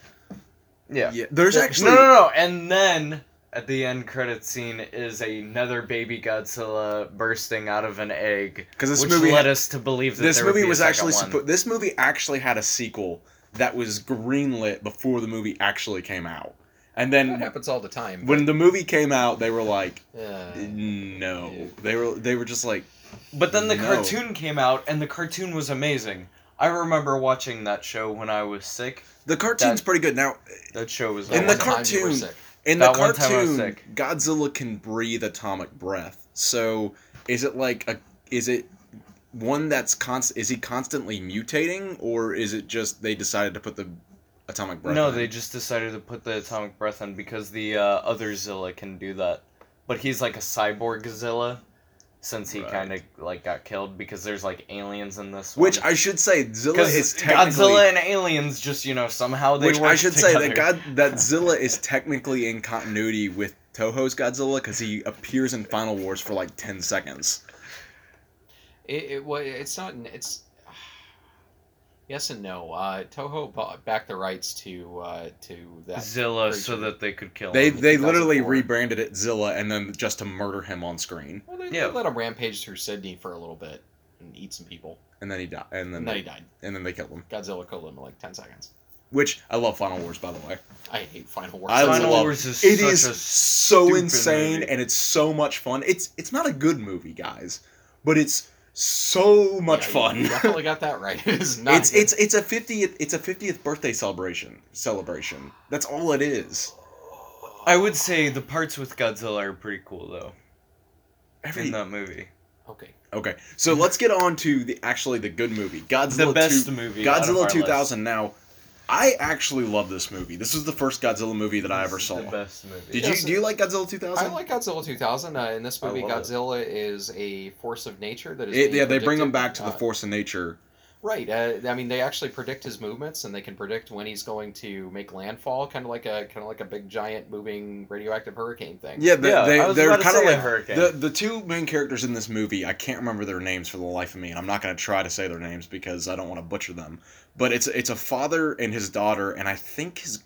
[SPEAKER 3] Yeah.
[SPEAKER 1] Yeah, there's actually
[SPEAKER 3] no, no, no. And then at the end credit scene is another baby Godzilla bursting out of an egg,
[SPEAKER 1] because this
[SPEAKER 3] which
[SPEAKER 1] movie
[SPEAKER 3] led us to believe that
[SPEAKER 1] this
[SPEAKER 3] there would
[SPEAKER 1] movie
[SPEAKER 3] be a
[SPEAKER 1] was
[SPEAKER 3] second
[SPEAKER 1] actually
[SPEAKER 3] one.
[SPEAKER 1] suppo- this movie actually had a sequel that was greenlit before the movie actually came out, and
[SPEAKER 2] That
[SPEAKER 1] then
[SPEAKER 2] happens all the time.
[SPEAKER 1] when the movie came out, they were like,
[SPEAKER 2] but, uh,
[SPEAKER 1] no,
[SPEAKER 2] yeah.
[SPEAKER 1] they were they were just like,
[SPEAKER 3] But then the
[SPEAKER 1] No.
[SPEAKER 3] cartoon came out, and the cartoon was amazing. I remember watching that show when I was sick.
[SPEAKER 1] the cartoon's
[SPEAKER 3] That-
[SPEAKER 1] pretty good now.
[SPEAKER 3] That show was
[SPEAKER 2] that
[SPEAKER 1] In
[SPEAKER 3] in
[SPEAKER 1] the
[SPEAKER 2] one time you were
[SPEAKER 1] cartoon-
[SPEAKER 2] sick.
[SPEAKER 1] In
[SPEAKER 3] That
[SPEAKER 1] the
[SPEAKER 3] one time I was
[SPEAKER 1] cartoon,
[SPEAKER 3] sick.
[SPEAKER 1] Godzilla can breathe atomic breath. So is it like a is it one that's constant? Is he constantly mutating, or is it just they decided to put the atomic breath?
[SPEAKER 3] No,
[SPEAKER 1] in?
[SPEAKER 3] they just decided to put the atomic breath in because the uh, other Zilla can do that, but he's like a cyborg Zilla, since he
[SPEAKER 1] Right.
[SPEAKER 3] kind of like got killed because there's like aliens in this.
[SPEAKER 1] Which
[SPEAKER 3] one.
[SPEAKER 1] I should say, Zilla is
[SPEAKER 3] because
[SPEAKER 1] technically.
[SPEAKER 3] Godzilla and aliens just you know somehow they
[SPEAKER 1] which
[SPEAKER 3] work
[SPEAKER 1] I should
[SPEAKER 3] together.
[SPEAKER 1] say that God that Zilla is technically in continuity with Toho's Godzilla because he appears in Final Wars for like ten seconds.
[SPEAKER 2] It, it wa it's not it's yes and no. Uh, Toho bought back the rights to uh, to that.
[SPEAKER 3] Zilla so
[SPEAKER 2] creature.
[SPEAKER 3] that they could kill.
[SPEAKER 1] They
[SPEAKER 3] him.
[SPEAKER 1] they literally
[SPEAKER 2] 2004.
[SPEAKER 1] rebranded it Zilla and then just to murder him on screen
[SPEAKER 2] Well, they,
[SPEAKER 3] Yeah.
[SPEAKER 2] they let him rampage through Sydney for a little bit and eat some people,
[SPEAKER 1] and then he died and then
[SPEAKER 2] and then he died.
[SPEAKER 1] and then they killed him.
[SPEAKER 2] Godzilla killed him in like ten seconds.
[SPEAKER 1] Which I love Final Wars, by the way.
[SPEAKER 2] I hate Final Wars.
[SPEAKER 1] I
[SPEAKER 3] Final
[SPEAKER 1] love-
[SPEAKER 3] Wars is
[SPEAKER 1] It
[SPEAKER 3] such
[SPEAKER 1] is
[SPEAKER 3] a
[SPEAKER 1] so
[SPEAKER 3] stupid
[SPEAKER 1] insane
[SPEAKER 3] movie.
[SPEAKER 1] and it's so much fun. It's it's not a good movie, guys, but it's so much
[SPEAKER 2] Yeah,
[SPEAKER 1] fun.
[SPEAKER 2] You definitely got that right. It is not.
[SPEAKER 1] it's it's it's a fiftieth it's a fiftieth birthday celebration celebration. That's all it is.
[SPEAKER 3] I would say the parts with Godzilla are pretty cool though
[SPEAKER 1] Every
[SPEAKER 3] in that movie.
[SPEAKER 2] okay.
[SPEAKER 1] okay, so let's get on to the actually the good movie Godzilla
[SPEAKER 3] the best
[SPEAKER 1] two,
[SPEAKER 3] movie. out of our
[SPEAKER 1] Godzilla
[SPEAKER 3] list.
[SPEAKER 1] two thousand. Now, I actually love this movie. This was the first Godzilla movie that I
[SPEAKER 3] This
[SPEAKER 1] ever
[SPEAKER 3] is
[SPEAKER 1] saw.
[SPEAKER 3] The best movie.
[SPEAKER 1] Did
[SPEAKER 2] Yes,
[SPEAKER 1] you do you like Godzilla two
[SPEAKER 2] I
[SPEAKER 1] thousand?
[SPEAKER 2] like Godzilla 2000. Uh, in this
[SPEAKER 3] I
[SPEAKER 2] movie,
[SPEAKER 3] love it.
[SPEAKER 2] Godzilla is a force of nature that is.
[SPEAKER 1] It,
[SPEAKER 2] being
[SPEAKER 1] yeah, they bring
[SPEAKER 2] predicted-
[SPEAKER 1] him back to the
[SPEAKER 2] uh,
[SPEAKER 1] force of nature.
[SPEAKER 2] Right. Uh, I mean, they actually predict his movements, and they can predict when he's going to make landfall, kind of like a kind of like a big giant moving radioactive hurricane thing.
[SPEAKER 1] Yeah, they,
[SPEAKER 3] Yeah, I
[SPEAKER 1] they
[SPEAKER 3] was
[SPEAKER 1] they're
[SPEAKER 3] about to
[SPEAKER 1] kind of
[SPEAKER 3] say a
[SPEAKER 1] like
[SPEAKER 3] hurricane.
[SPEAKER 1] the the two main characters in this movie. I can't remember their names for the life of me, and I'm not going to try to say their names because I don't want to butcher them. But it's it's a father and his daughter, and I think his,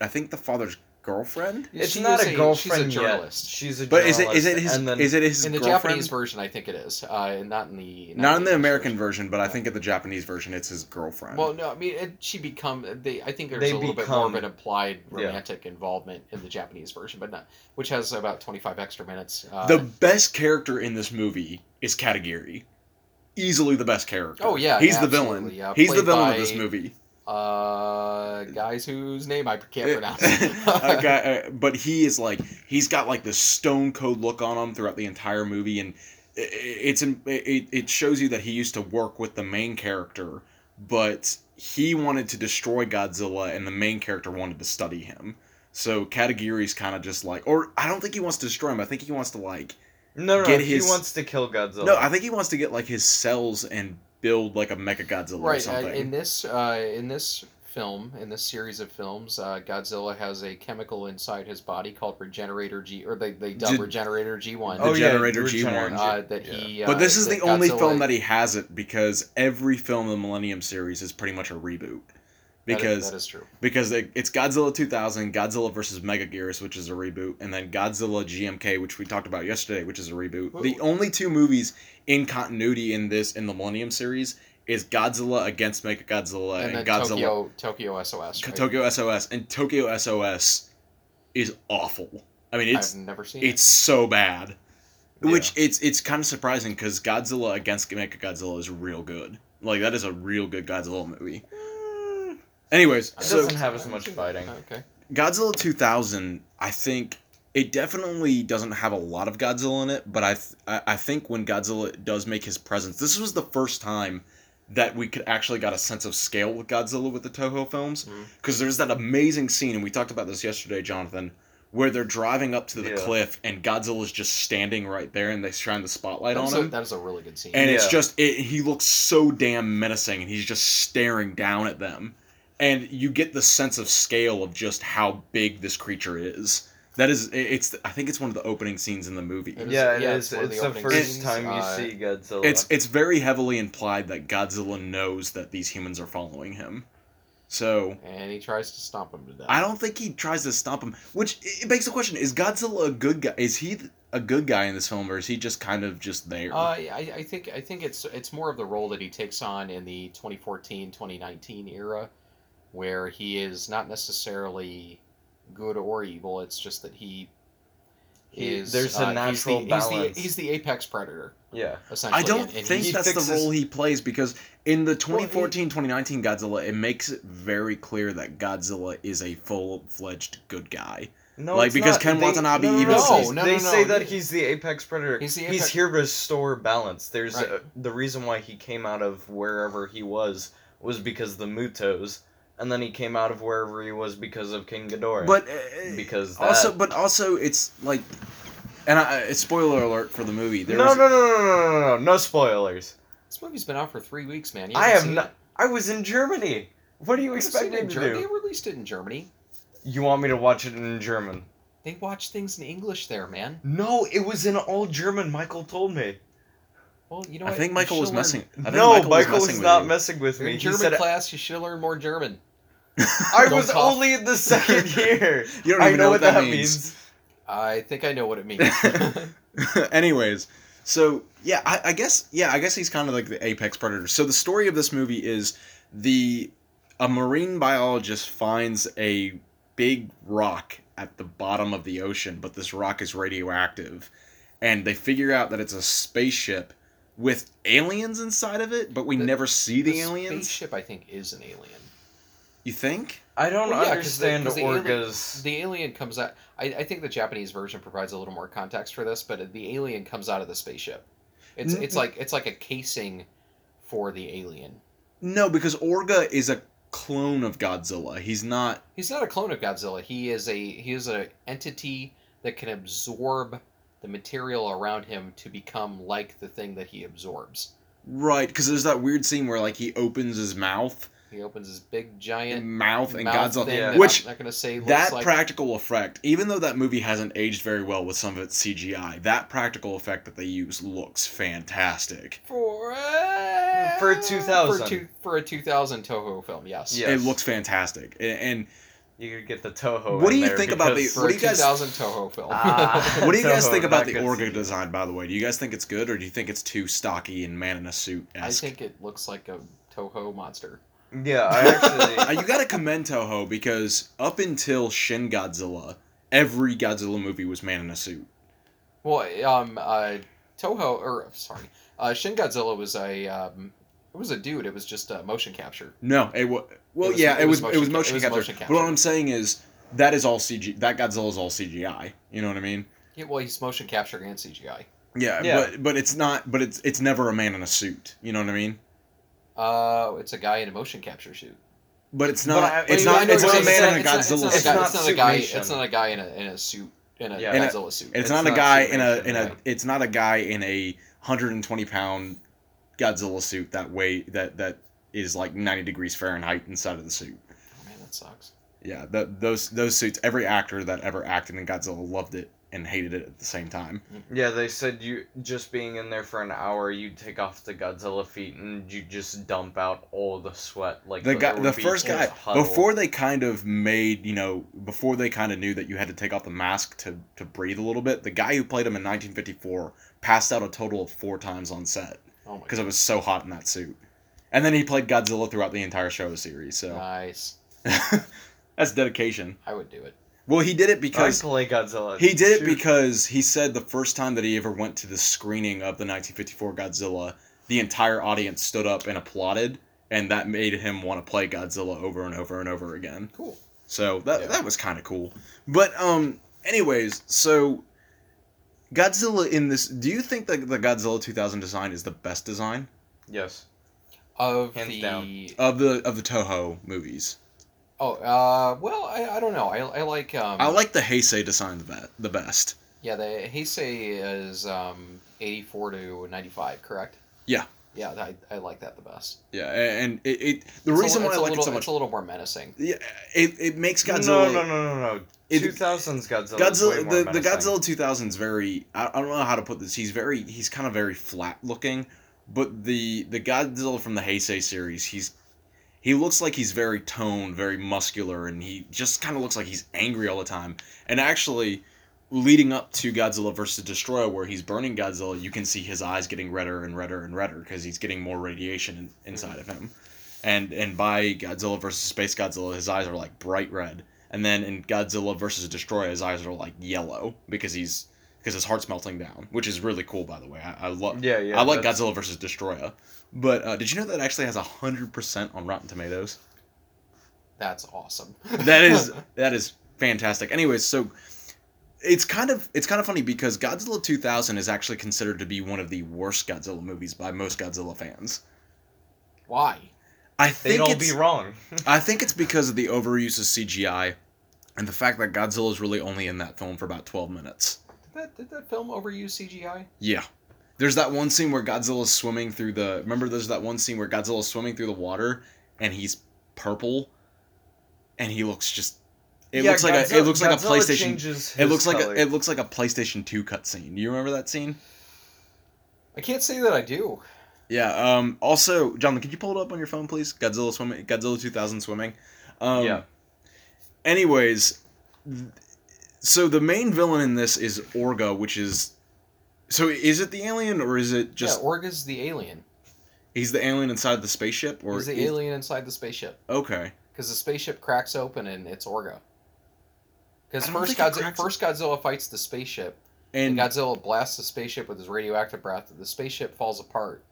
[SPEAKER 1] I think the father's girlfriend.
[SPEAKER 3] It's
[SPEAKER 2] She
[SPEAKER 3] not
[SPEAKER 2] is
[SPEAKER 3] a
[SPEAKER 2] She's
[SPEAKER 3] girlfriend
[SPEAKER 2] a
[SPEAKER 3] yet.
[SPEAKER 2] journalist.
[SPEAKER 3] She's a
[SPEAKER 1] But is it is
[SPEAKER 3] journalist.
[SPEAKER 1] it his
[SPEAKER 3] and then
[SPEAKER 1] is it his
[SPEAKER 2] In the
[SPEAKER 1] girlfriend?
[SPEAKER 2] Japanese version, I think it is. Uh, not in the
[SPEAKER 1] not in the
[SPEAKER 2] English
[SPEAKER 1] American version, but I think in the Japanese version, it's his girlfriend.
[SPEAKER 2] Well, no, I mean, it, she become they. I think there's
[SPEAKER 3] They
[SPEAKER 2] a little bit more of
[SPEAKER 3] become-
[SPEAKER 2] an implied
[SPEAKER 3] yeah.
[SPEAKER 2] romantic involvement in the Japanese version, but not which has about 25 extra minutes. Uh,
[SPEAKER 1] the best character in this movie is Katagiri. Easily the best character.
[SPEAKER 2] Oh, yeah,
[SPEAKER 1] he's the
[SPEAKER 2] absolutely,
[SPEAKER 1] villain.
[SPEAKER 2] yeah,
[SPEAKER 1] he's the
[SPEAKER 2] played
[SPEAKER 1] villain
[SPEAKER 2] by-
[SPEAKER 1] of this movie.
[SPEAKER 2] uh, guys whose name I can't pronounce.
[SPEAKER 1] Eh. A guy- uh, but he is like he's got like this stone cold look on him throughout the entire movie, and i- i- it's in- it, it shows you that he used to work with the main character, but he wanted to destroy Godzilla, and the main character wanted to study him. So Katagiri's kind of just like, or I don't think he wants to destroy him. I think he wants to like,
[SPEAKER 3] no, no,
[SPEAKER 1] get
[SPEAKER 3] he
[SPEAKER 1] his-
[SPEAKER 3] wants to kill Godzilla.
[SPEAKER 1] no, I think he wants to get like his cells and build like a Mecha Godzilla or
[SPEAKER 2] right uh,
[SPEAKER 1] something.
[SPEAKER 2] in this uh, in this film in this series of films, uh, Godzilla has a chemical inside his body called Regenerator G, or they they dub
[SPEAKER 1] Did-
[SPEAKER 2] Regenerator G one.
[SPEAKER 1] Oh,
[SPEAKER 3] yeah,
[SPEAKER 1] Generator
[SPEAKER 3] Regenerator
[SPEAKER 1] G1.
[SPEAKER 2] uh, that he. Uh,
[SPEAKER 1] But this is
[SPEAKER 2] that
[SPEAKER 1] the only
[SPEAKER 2] Godzilla-
[SPEAKER 1] film that he has it because every film in the Millennium series is pretty much a reboot.
[SPEAKER 2] that is-
[SPEAKER 1] Because
[SPEAKER 2] that is true.
[SPEAKER 1] because it, it's Godzilla 2000, Godzilla versus Megaguirus, which is a reboot, and then Godzilla GMK, which we talked about yesterday, which is a reboot.
[SPEAKER 2] Whoa.
[SPEAKER 1] The only two movies in continuity in this in the Millennium series is Godzilla against Mechagodzilla
[SPEAKER 2] And then
[SPEAKER 1] and, Godzilla
[SPEAKER 2] Tokyo Tokyo SOS. Right?
[SPEAKER 1] Tokyo SOS, and Tokyo SOS is awful. I mean, it's
[SPEAKER 2] I've never seen
[SPEAKER 1] it's so bad. Which it's it's kind of surprising because Godzilla against Mechagodzilla is real good. Like that is a real good Godzilla movie.
[SPEAKER 3] Mm,
[SPEAKER 1] Anyways,
[SPEAKER 2] it.
[SPEAKER 3] It
[SPEAKER 1] so
[SPEAKER 3] doesn't have as
[SPEAKER 2] I haven't
[SPEAKER 3] much
[SPEAKER 2] seen it.
[SPEAKER 3] fighting.
[SPEAKER 2] Okay.
[SPEAKER 1] Godzilla 2000, I think it definitely doesn't have a lot of Godzilla in it, but I th- I I think when Godzilla does make his presence, this was the first time that we could actually got a sense of scale with Godzilla with the Toho films
[SPEAKER 2] Mhm.
[SPEAKER 1] because there's that amazing scene and we talked about this yesterday, Jonathan, where they're driving up to the
[SPEAKER 3] Yeah.
[SPEAKER 1] cliff and Godzilla's just standing right there and they shine the spotlight
[SPEAKER 2] That is
[SPEAKER 1] on
[SPEAKER 2] a,
[SPEAKER 1] him.
[SPEAKER 2] that is a really good scene.
[SPEAKER 1] and it's
[SPEAKER 3] Yeah.
[SPEAKER 1] just it, he looks so damn menacing and he's just staring down at them and you get the sense of scale of just how big this creature is that is it- it's i think it's one of the opening scenes in the movie
[SPEAKER 2] It is-
[SPEAKER 3] Yeah, it
[SPEAKER 2] yeah,
[SPEAKER 3] is.
[SPEAKER 2] it's one of
[SPEAKER 3] It's
[SPEAKER 2] the
[SPEAKER 3] the
[SPEAKER 2] opening
[SPEAKER 3] first
[SPEAKER 2] scenes,
[SPEAKER 3] time you
[SPEAKER 2] uh,
[SPEAKER 3] see Godzilla.
[SPEAKER 1] it's it's very heavily implied that godzilla knows that these humans are following him so
[SPEAKER 2] and he tries to stomp him to death.
[SPEAKER 1] i don't think he tries to stop him which it it begs the question is godzilla a good guy is he th- a good guy in this film or is he just kind of just there
[SPEAKER 2] Uh, yeah, I, I think I think it's it's more of the role that he takes on in the 2014-2019 era, where he is not necessarily good or evil. It's just that he
[SPEAKER 3] He-
[SPEAKER 2] is.
[SPEAKER 3] there's a
[SPEAKER 2] uh,
[SPEAKER 3] natural
[SPEAKER 2] he's the, He's
[SPEAKER 3] balance.
[SPEAKER 2] the, he's the apex predator,
[SPEAKER 3] yeah.
[SPEAKER 2] essentially.
[SPEAKER 1] I don't
[SPEAKER 2] and- and
[SPEAKER 1] think
[SPEAKER 2] he's-
[SPEAKER 1] that's the
[SPEAKER 3] fixes-
[SPEAKER 1] role he plays because in the
[SPEAKER 3] he-
[SPEAKER 1] 2014 2019 Godzilla, it makes it very clear that Godzilla is a full fledged good guy.
[SPEAKER 3] No,
[SPEAKER 1] Like,
[SPEAKER 3] it's
[SPEAKER 1] because
[SPEAKER 3] not.
[SPEAKER 1] Ken
[SPEAKER 3] They-
[SPEAKER 1] Watanabe
[SPEAKER 3] no, no,
[SPEAKER 1] even
[SPEAKER 3] no,
[SPEAKER 1] says-
[SPEAKER 2] No, no,
[SPEAKER 3] they
[SPEAKER 2] no,
[SPEAKER 3] say
[SPEAKER 2] no.
[SPEAKER 3] that he's the apex predator.
[SPEAKER 2] He's
[SPEAKER 3] He's,
[SPEAKER 2] the apex-
[SPEAKER 3] here to restore balance. There's
[SPEAKER 2] Right.
[SPEAKER 3] uh the reason why he came out of wherever he was was because the Mutos, and then he came out of wherever he was because of King Ghidorah.
[SPEAKER 1] But uh,
[SPEAKER 3] because that...
[SPEAKER 1] also, but also, it's like, and I, it's spoiler alert for the movie. There
[SPEAKER 3] no,
[SPEAKER 1] was,
[SPEAKER 3] no, no, no, no, no, no, no spoilers.
[SPEAKER 2] This movie's been out for three weeks, man. You
[SPEAKER 3] I
[SPEAKER 2] haven't
[SPEAKER 3] have
[SPEAKER 2] seen
[SPEAKER 3] not.
[SPEAKER 2] it?
[SPEAKER 3] I was in Germany. What do you
[SPEAKER 2] I've seen
[SPEAKER 3] expect
[SPEAKER 2] it
[SPEAKER 3] me
[SPEAKER 2] in
[SPEAKER 3] to
[SPEAKER 2] Germany. They
[SPEAKER 3] do?
[SPEAKER 2] released it in Germany.
[SPEAKER 3] You want me to watch it in German?
[SPEAKER 2] They watch things in English there, man.
[SPEAKER 3] No, it was in all German. Michael told me.
[SPEAKER 2] Well, you know
[SPEAKER 1] I
[SPEAKER 2] what?
[SPEAKER 1] think
[SPEAKER 2] You
[SPEAKER 1] Michael was
[SPEAKER 2] should learn-
[SPEAKER 1] messing. I think
[SPEAKER 3] no,
[SPEAKER 1] Michael,
[SPEAKER 3] Michael,
[SPEAKER 1] was
[SPEAKER 3] was,
[SPEAKER 1] messing
[SPEAKER 3] not
[SPEAKER 1] with
[SPEAKER 3] messing with
[SPEAKER 2] You're
[SPEAKER 3] me.
[SPEAKER 2] in
[SPEAKER 3] He
[SPEAKER 2] German
[SPEAKER 3] said
[SPEAKER 2] class, you should learn more German.
[SPEAKER 3] I
[SPEAKER 2] Don't
[SPEAKER 3] was
[SPEAKER 2] talk.
[SPEAKER 3] only in the second year.
[SPEAKER 1] you. You don't
[SPEAKER 3] I
[SPEAKER 1] even
[SPEAKER 3] know, what that, means.
[SPEAKER 2] I think I know what it means.
[SPEAKER 1] Anyways, so yeah, I, I guess yeah, I guess he's kind of like the apex predator. So the story of this movie is the a marine biologist finds a big rock at the bottom of the ocean, but this rock is radioactive, and they figure out that it's a spaceship with aliens inside of it, but we
[SPEAKER 2] The-
[SPEAKER 1] never see the, aliens.
[SPEAKER 2] spaceship, I think, is an alien.
[SPEAKER 1] You think?
[SPEAKER 3] I don't
[SPEAKER 2] Well, yeah, 'cause the-
[SPEAKER 3] understand
[SPEAKER 2] 'cause the alien-
[SPEAKER 3] orgas.
[SPEAKER 2] The alien comes out. I, I think the Japanese version provides a little more context for this, but the alien comes out of the spaceship. It's
[SPEAKER 1] Mm.
[SPEAKER 2] it's like it's like a casing for the alien.
[SPEAKER 1] No, because Orga is a clone of Godzilla. He's not.
[SPEAKER 2] He's not a clone of Godzilla. He is a he is an entity that can absorb the material around him to become like the thing that he absorbs.
[SPEAKER 1] Right, because there's that weird scene where like he opens his mouth
[SPEAKER 2] He opens his big giant
[SPEAKER 1] mouth and
[SPEAKER 2] mouth
[SPEAKER 1] Godzilla,
[SPEAKER 2] thing
[SPEAKER 3] Yeah.
[SPEAKER 2] that
[SPEAKER 1] which
[SPEAKER 2] I'm not gonna say looks
[SPEAKER 1] that
[SPEAKER 2] like
[SPEAKER 1] practical effect, even though that movie hasn't aged very well with some of its CGI, that practical effect that they use looks fantastic.
[SPEAKER 2] for uh,
[SPEAKER 3] For
[SPEAKER 2] for,
[SPEAKER 3] 2000.
[SPEAKER 2] two, for a 2000 Toho film. Yes.
[SPEAKER 3] Yeah. Yes.
[SPEAKER 1] It looks fantastic, A- and,
[SPEAKER 3] You could get the Toho.
[SPEAKER 1] What do
[SPEAKER 3] in
[SPEAKER 1] you
[SPEAKER 3] there
[SPEAKER 1] think about
[SPEAKER 3] because-
[SPEAKER 1] the-
[SPEAKER 2] For
[SPEAKER 1] What
[SPEAKER 2] a
[SPEAKER 1] do you guys-
[SPEAKER 2] 2000 Toho film.
[SPEAKER 3] Ah.
[SPEAKER 1] what do you guys
[SPEAKER 3] No,
[SPEAKER 1] think about
[SPEAKER 3] not
[SPEAKER 1] the
[SPEAKER 3] good
[SPEAKER 1] Orga
[SPEAKER 3] CGI.
[SPEAKER 1] design? By the way, do you guys think it's good, or do you think it's too stocky and man in a suit?
[SPEAKER 2] I think it looks like a Toho monster.
[SPEAKER 3] Yeah, I
[SPEAKER 1] Uh,
[SPEAKER 3] actually.
[SPEAKER 1] you gotta commend Toho because up until Shin Godzilla, every Godzilla movie was man in a suit.
[SPEAKER 2] Well, um, uh, Toho or sorry, uh, Shin Godzilla was a um, it was a dude. It was just uh, motion capture.
[SPEAKER 1] No, it was. Well,
[SPEAKER 2] It was-
[SPEAKER 1] yeah,
[SPEAKER 2] it
[SPEAKER 1] it was.
[SPEAKER 2] was
[SPEAKER 1] It was,
[SPEAKER 2] motion ca-
[SPEAKER 1] motion,
[SPEAKER 2] it was
[SPEAKER 1] capture.
[SPEAKER 2] motion
[SPEAKER 1] But what
[SPEAKER 2] capture.
[SPEAKER 1] I'm saying is that is all CG. That Godzilla is all CGI. You know what I mean?
[SPEAKER 2] Yeah, well, he's motion capture and CGI.
[SPEAKER 1] Yeah,
[SPEAKER 3] Yeah.
[SPEAKER 1] but but it's not. But it's it's never a man in a suit. You know what I mean?
[SPEAKER 2] Uh, it's a guy in a motion capture suit.
[SPEAKER 1] But it's
[SPEAKER 3] But
[SPEAKER 1] not.
[SPEAKER 3] I-
[SPEAKER 1] it's
[SPEAKER 3] I
[SPEAKER 1] not.
[SPEAKER 3] know
[SPEAKER 1] It's
[SPEAKER 3] what
[SPEAKER 1] not a
[SPEAKER 3] you're
[SPEAKER 1] man
[SPEAKER 3] saying.
[SPEAKER 1] in a
[SPEAKER 2] It's
[SPEAKER 1] Godzilla.
[SPEAKER 2] not-
[SPEAKER 1] suit.
[SPEAKER 2] It's not, it's
[SPEAKER 3] It's
[SPEAKER 2] not
[SPEAKER 3] not
[SPEAKER 2] a guy.
[SPEAKER 3] suit
[SPEAKER 2] It's not a guy in a in a suit in a
[SPEAKER 3] Yeah.
[SPEAKER 1] And it-
[SPEAKER 2] Godzilla suit.
[SPEAKER 1] It's
[SPEAKER 3] it's
[SPEAKER 1] not a
[SPEAKER 3] not
[SPEAKER 1] guy
[SPEAKER 3] suit
[SPEAKER 1] in a
[SPEAKER 3] nation,
[SPEAKER 1] in a.
[SPEAKER 3] right.
[SPEAKER 1] It's not a guy in a hundred and twenty pound Godzilla suit that way that that is like ninety degrees Fahrenheit inside of the suit.
[SPEAKER 2] That sucks.
[SPEAKER 1] Yeah, th those those suits. Every actor that ever acted in Godzilla loved it and hated it at the same time.
[SPEAKER 3] Yeah, they said you just being in there for an hour, you'd take off the Godzilla feet and you just dump out all the sweat. Like
[SPEAKER 1] The
[SPEAKER 3] there
[SPEAKER 1] guy,
[SPEAKER 3] would
[SPEAKER 1] the
[SPEAKER 3] be
[SPEAKER 1] first
[SPEAKER 3] just
[SPEAKER 1] guy,
[SPEAKER 3] a puddle.
[SPEAKER 1] before they kind of made you know, before they kind of knew that you had to take off the mask to to breathe a little bit. The guy who played him in 1954 passed out a total of four times on set
[SPEAKER 2] Oh my
[SPEAKER 1] because it was so hot in that suit. And then he played Godzilla throughout the entire show series.
[SPEAKER 2] god.
[SPEAKER 1] So
[SPEAKER 2] Nice.
[SPEAKER 1] that's dedication.
[SPEAKER 2] I would do it.
[SPEAKER 1] Well, he did it
[SPEAKER 3] I
[SPEAKER 1] because
[SPEAKER 3] play Godzilla.
[SPEAKER 1] He did it
[SPEAKER 3] Shoot.
[SPEAKER 1] because he said the first time that he ever went to the screening of the 1954 Godzilla, the entire audience stood up and applauded, and that made him want to play Godzilla over and over and over again.
[SPEAKER 2] Cool.
[SPEAKER 1] So that
[SPEAKER 2] Yeah.
[SPEAKER 1] that was kind of cool. But um, anyways, so Godzilla in this, do you think that the Godzilla 2000 design is the best design
[SPEAKER 3] yes,
[SPEAKER 2] Of
[SPEAKER 3] Hands
[SPEAKER 2] the
[SPEAKER 3] down.
[SPEAKER 1] of the of the Toho movies?
[SPEAKER 2] oh uh well I, I don't know I, I like um
[SPEAKER 1] I like the Heisei design the be- the best.
[SPEAKER 2] yeah the Heisei is um eighty four to ninety five correct
[SPEAKER 1] Yeah.
[SPEAKER 2] yeah I, I like that the best
[SPEAKER 1] Yeah, a- and it, it the
[SPEAKER 2] It's a
[SPEAKER 1] reason
[SPEAKER 2] li-
[SPEAKER 1] why I
[SPEAKER 2] it's a
[SPEAKER 1] like
[SPEAKER 2] little,
[SPEAKER 1] it so much.
[SPEAKER 2] it's a little more menacing
[SPEAKER 1] Yeah, it, it makes Godzilla.
[SPEAKER 3] No, no, no, no, no.
[SPEAKER 1] It-
[SPEAKER 3] Two thousands Godzilla. is way
[SPEAKER 1] Godzilla,
[SPEAKER 3] more
[SPEAKER 1] the, the
[SPEAKER 3] menacing.
[SPEAKER 1] Godzilla 2000 is very. I, I don't know how to put this. He's very. He's kind of very flat looking, but the the Godzilla from the Heisei series, he's he looks like he's very toned, very muscular, and he just kind of looks like he's angry all the time. And actually, leading up to Godzilla versus Destroyer, where he's burning Godzilla, you can see his eyes getting redder and redder and redder because he's getting more radiation in, inside of him. And and by Godzilla versus Space Godzilla, his eyes are like bright red. And then in Godzilla versus Destroyer, his eyes are like yellow because he's because his heart's melting down, which is really cool, by the way. I, I love.
[SPEAKER 3] Yeah, yeah.
[SPEAKER 1] I like
[SPEAKER 3] that's-
[SPEAKER 1] Godzilla versus Destroyer, but uh, did you know that it actually has hundred percent on Rotten Tomatoes?
[SPEAKER 2] that's awesome
[SPEAKER 1] That is that is fantastic. Anyways, so it's kind of it's kind of funny because Godzilla 2000 is actually considered to be one of the worst Godzilla movies by most Godzilla fans.
[SPEAKER 2] why
[SPEAKER 1] I
[SPEAKER 3] They'd
[SPEAKER 1] think
[SPEAKER 3] all
[SPEAKER 1] it's,
[SPEAKER 3] be wrong.
[SPEAKER 1] I think it's because of the overuse of CGI and the fact that Godzilla is really only in that film for about 12 minutes.
[SPEAKER 2] did that did that film overuse CGI
[SPEAKER 1] Yeah. There's that one scene where Godzilla's swimming through the. Remember, there's that one scene where Godzilla's swimming through the water, and he's purple, and he looks just. It
[SPEAKER 3] Yeah,
[SPEAKER 1] looks like a. It
[SPEAKER 3] Godzilla-
[SPEAKER 1] looks like a
[SPEAKER 3] Godzilla
[SPEAKER 1] PlayStation.
[SPEAKER 3] changes
[SPEAKER 1] It
[SPEAKER 3] his
[SPEAKER 1] looks like
[SPEAKER 3] color.
[SPEAKER 1] a. It looks like a PlayStation Two cutscene. Do you remember that scene?
[SPEAKER 2] I can't say that I do
[SPEAKER 1] Yeah. Um. Also, Jonathan, could you pull it up on your phone, please? Godzilla swimming. Godzilla 2000 swimming. Um,
[SPEAKER 3] Yeah.
[SPEAKER 1] Anyways, th- so the main villain in this is Orga, which is. So is it the alien or is it just
[SPEAKER 2] yeah Orga's the alien
[SPEAKER 1] He's the alien inside the spaceship, or
[SPEAKER 2] he's the
[SPEAKER 1] is-
[SPEAKER 2] alien inside the spaceship
[SPEAKER 1] Okay,
[SPEAKER 2] because the spaceship cracks open and it's Orga. Because
[SPEAKER 1] I don't
[SPEAKER 2] first,
[SPEAKER 1] think it
[SPEAKER 2] Godzi-
[SPEAKER 1] cracks-
[SPEAKER 2] first Godzilla fights the spaceship, and
[SPEAKER 1] and
[SPEAKER 2] Godzilla blasts the spaceship with his radioactive breath. The spaceship falls apart,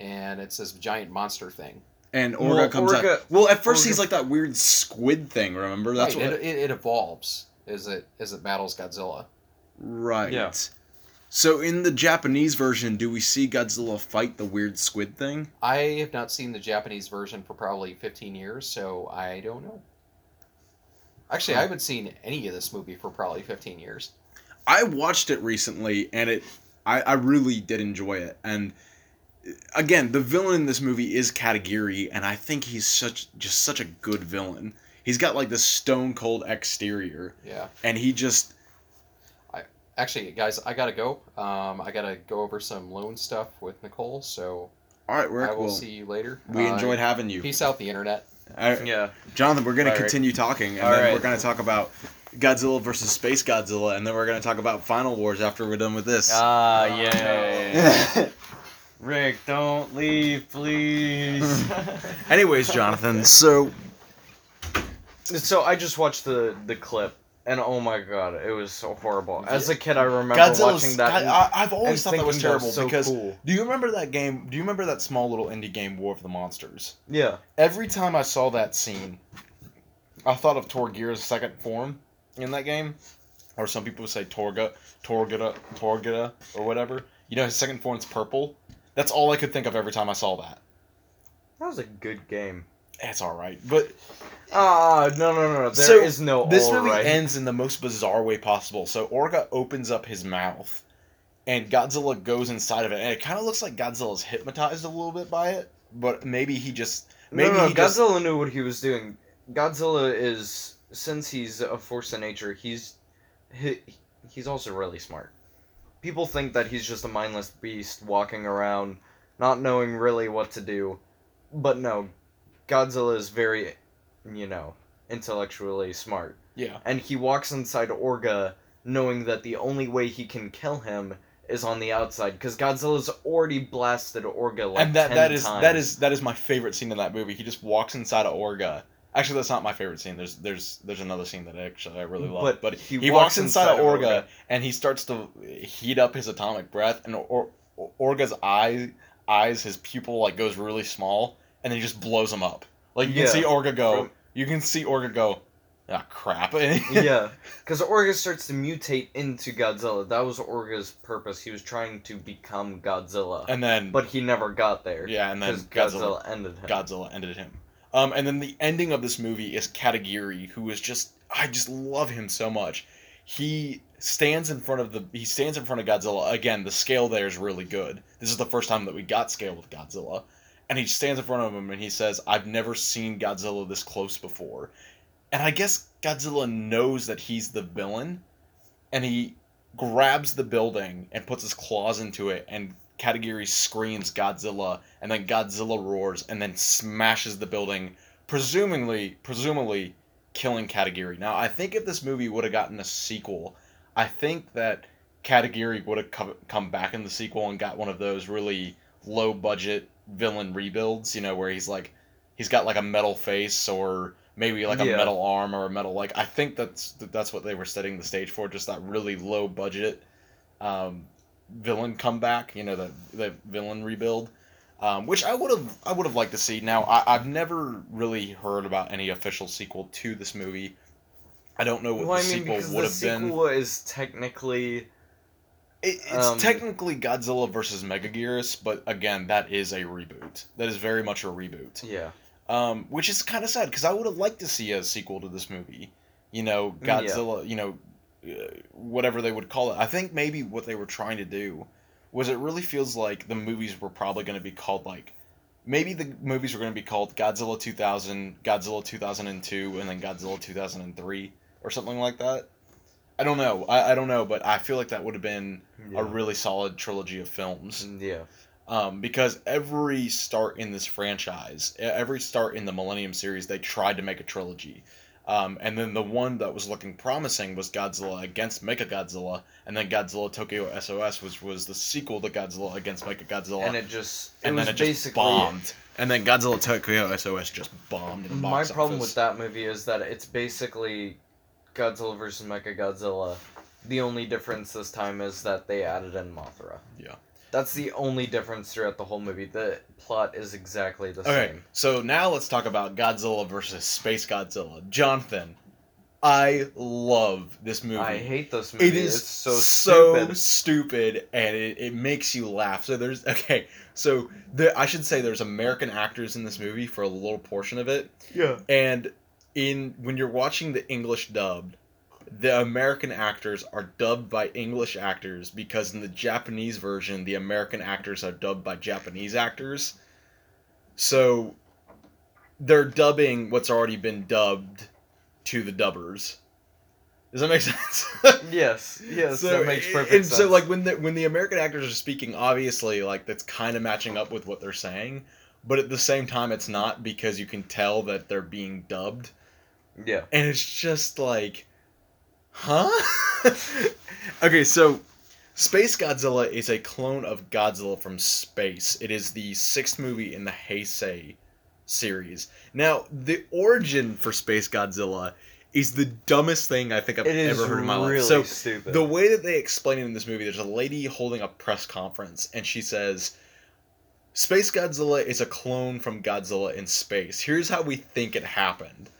[SPEAKER 2] and it's this giant monster thing.
[SPEAKER 1] and Orga
[SPEAKER 3] Well,
[SPEAKER 1] comes
[SPEAKER 3] Orga-
[SPEAKER 1] out. Well, at first
[SPEAKER 3] Orga-
[SPEAKER 1] he's like that weird squid thing. Remember that's
[SPEAKER 2] right,
[SPEAKER 1] what.
[SPEAKER 2] it, it, it evolves as it as it battles Godzilla.
[SPEAKER 1] Right.
[SPEAKER 3] Yeah.
[SPEAKER 1] So in the Japanese version, do we see Godzilla fight the weird squid thing?
[SPEAKER 2] I have not seen the Japanese version for probably 15 years, so I don't know. Actually, I
[SPEAKER 1] Huh.
[SPEAKER 2] haven't seen any of this movie for probably 15 years.
[SPEAKER 1] I watched it recently, and it, I, I really did enjoy it. And again, the villain in this movie is Katagiri, and I think he's such just such a good villain. He's got like this stone cold exterior,
[SPEAKER 2] Yeah.
[SPEAKER 1] and he just
[SPEAKER 2] Actually, guys, I gotta go. Um, I gotta go over some loan stuff with Nicole, so
[SPEAKER 1] all right. Rick,
[SPEAKER 2] I will
[SPEAKER 1] well,
[SPEAKER 2] see you later.
[SPEAKER 1] we
[SPEAKER 2] Uh,
[SPEAKER 1] enjoyed having you.
[SPEAKER 2] Peace out the internet.
[SPEAKER 1] I-
[SPEAKER 3] Yeah.
[SPEAKER 1] Jonathan, we're going
[SPEAKER 3] All
[SPEAKER 1] to
[SPEAKER 3] right.
[SPEAKER 1] continue talking, and
[SPEAKER 3] All
[SPEAKER 1] then we're
[SPEAKER 3] right.
[SPEAKER 1] going to talk about Godzilla versus Space Godzilla, and then we're going to talk about Final Wars after we're done with this.
[SPEAKER 3] Ah,
[SPEAKER 2] no.
[SPEAKER 3] yeah. Rick, don't leave, please.
[SPEAKER 1] Anyways, Jonathan, so
[SPEAKER 3] so I just watched the the clip, and oh my god, it was so horrible. As a kid, I remember watching that. and-
[SPEAKER 1] I, have
[SPEAKER 3] and
[SPEAKER 1] always thought that was
[SPEAKER 3] thinking
[SPEAKER 1] terrible
[SPEAKER 3] so
[SPEAKER 1] because.
[SPEAKER 3] cool.
[SPEAKER 1] Do you remember that game? Do you remember that small little indie game, War of the Monsters?
[SPEAKER 3] yeah,
[SPEAKER 1] Every time I saw that scene, I thought of Torgira's second form in that game, or some people say Torga, Torgida, Torgida, or whatever. You know, his second form's purple. That's all I could think of every time I saw that.
[SPEAKER 3] that was a good game.
[SPEAKER 1] It's all right, but
[SPEAKER 3] Ah, no, no, no, no. There is
[SPEAKER 1] So,
[SPEAKER 3] no
[SPEAKER 1] this
[SPEAKER 3] all
[SPEAKER 1] movie
[SPEAKER 3] right.
[SPEAKER 1] ends in the most bizarre way possible. So Orga opens up his mouth, and Godzilla goes inside of it, and it kind of looks like Godzilla's hypnotized a little bit by it. But maybe he just maybe
[SPEAKER 3] no, no,
[SPEAKER 1] he
[SPEAKER 3] Godzilla
[SPEAKER 1] just-
[SPEAKER 3] knew what he was doing. Godzilla is since he's a force of nature, he's he, he's also really smart. People think that he's just a mindless beast walking around, not knowing really what to do. But no, Godzilla is very, you know, intellectually smart.
[SPEAKER 1] Yeah.
[SPEAKER 3] And he walks inside Orga knowing that the only way he can kill him is on the outside because Godzilla's already blasted Orga like
[SPEAKER 1] and that
[SPEAKER 3] 10
[SPEAKER 1] that is
[SPEAKER 3] times.
[SPEAKER 1] that is that is my favorite scene in that movie. He just walks inside of Orga. Actually, that's not my favorite scene. There's there's there's another scene that actually I really love. But,
[SPEAKER 3] But he
[SPEAKER 1] he walks,
[SPEAKER 3] walks
[SPEAKER 1] inside,
[SPEAKER 3] inside
[SPEAKER 1] of
[SPEAKER 3] of
[SPEAKER 1] Orga, and he starts to heat up his atomic breath, and or- Or- Orga's eye eyes his pupil like goes really small, and then he just blows him up. Like you
[SPEAKER 3] Yeah.
[SPEAKER 1] can see Orga go.
[SPEAKER 3] From-
[SPEAKER 1] You can see Orga go. Ah, crap.
[SPEAKER 3] yeah, because Orga starts to mutate into Godzilla. That was Orga's purpose. He was trying to become Godzilla,
[SPEAKER 1] And then
[SPEAKER 3] but he never got there.
[SPEAKER 1] yeah, and then
[SPEAKER 3] because
[SPEAKER 1] Godzilla
[SPEAKER 3] Godzilla, ended him.
[SPEAKER 1] Godzilla ended him. Um, and then the ending of this movie is Katagiri, who is just I just love him so much. He stands in front of the he stands in front of Godzilla again. The scale there is really good. This is the first time that we got scale with Godzilla, and he stands in front of him and he says, "I've never seen Godzilla this close before," and I guess Godzilla knows that he's the villain, and he grabs the building and puts his claws into it and Katagiri screams Godzilla and then Godzilla roars and then smashes the building, presumably presumably killing Katagiri. Now I think if this movie would have gotten a sequel, I think that Katagiri would have come, come back in the sequel and got one of those really low budget villain rebuilds, you know, where he's like he's got like a metal face or maybe like a
[SPEAKER 3] Yeah.
[SPEAKER 1] metal arm or a metal like I think that's that's what they were setting the stage for, just that really low budget um, villain comeback, you know, the the villain rebuild, um, which I would have I would have liked to see. Now I, I've never really heard about any official sequel to this movie. I don't know what
[SPEAKER 3] Well, I
[SPEAKER 1] the
[SPEAKER 3] mean,
[SPEAKER 1] sequel
[SPEAKER 3] because
[SPEAKER 1] would
[SPEAKER 3] the
[SPEAKER 1] have been.
[SPEAKER 3] sequel is technically
[SPEAKER 1] It, it's
[SPEAKER 3] um,
[SPEAKER 1] technically Godzilla versus Megaguirus, but again, that is a reboot. That is very much a reboot.
[SPEAKER 3] yeah,
[SPEAKER 1] um, which is kind of sad because I would have liked to see a sequel to this movie. You know,
[SPEAKER 3] Mm, Yeah.
[SPEAKER 1] Godzilla. You know, uh, whatever they would call it. I think maybe what they were trying to do was it really feels like the movies were probably going to be called like maybe the movies were going to be called Godzilla 2000, Godzilla 2002, and then Godzilla 2003 or something like that. I don't know. I, I don't know, but I feel like that would have been
[SPEAKER 3] yeah.
[SPEAKER 1] a really solid trilogy of films
[SPEAKER 3] yeah.
[SPEAKER 1] um, because every start in this franchise, e- every start in the Millennium series, they tried to make a trilogy. Um, and then the one that was looking promising was Godzilla against Mechagodzilla, and then Godzilla Tokyo SOS, which was the sequel to Godzilla against Mechagodzilla,
[SPEAKER 3] and
[SPEAKER 1] and,
[SPEAKER 3] it just it
[SPEAKER 1] and
[SPEAKER 3] was
[SPEAKER 1] then it just
[SPEAKER 3] basically
[SPEAKER 1] bombed. And then Godzilla Tokyo SOS just bombed. In the
[SPEAKER 3] my
[SPEAKER 1] box
[SPEAKER 3] problem
[SPEAKER 1] office.
[SPEAKER 3] with that movie is that it's basically Godzilla versus Mechagodzilla. The only difference this time is that they added in Mothra.
[SPEAKER 1] Yeah.
[SPEAKER 3] That's the only difference throughout the whole movie. The plot is exactly the
[SPEAKER 1] Okay,
[SPEAKER 3] same.
[SPEAKER 1] so now let's talk about Godzilla versus Space Godzilla. Jonathan, I love this movie.
[SPEAKER 3] I hate this movie.
[SPEAKER 1] It is
[SPEAKER 3] it's so, stupid.
[SPEAKER 1] stupid, and it, it makes you laugh. So there's okay. So there, I should say there's American actors in this movie for a little portion of it,
[SPEAKER 3] Yeah.
[SPEAKER 1] and in when you're watching the English dubbed, the American actors are dubbed by English actors because in the Japanese version, the American actors are dubbed by Japanese actors. So they're dubbing what's already been dubbed to the dubbers. Does that make sense?
[SPEAKER 3] Yes. Yes.
[SPEAKER 1] So,
[SPEAKER 3] that makes perfect
[SPEAKER 1] and
[SPEAKER 3] sense.
[SPEAKER 1] so like when the when the American actors are speaking, obviously like that's kind of matching up with what they're saying, but at the same time it's not because you can tell that they're being dubbed,
[SPEAKER 3] yeah.
[SPEAKER 1] and it's just like, huh? okay, so Space Godzilla is a clone of Godzilla from space. It is the sixth movie in the Heisei series. Now the origin for Space Godzilla. Is the dumbest thing I think I've
[SPEAKER 3] It is
[SPEAKER 1] ever heard in my
[SPEAKER 3] really
[SPEAKER 1] life. So
[SPEAKER 3] stupid.
[SPEAKER 1] the way that they explain it in this movie, there's a lady holding a press conference, and she says, "Space Godzilla is a clone from Godzilla in space. Here's how we think it happened."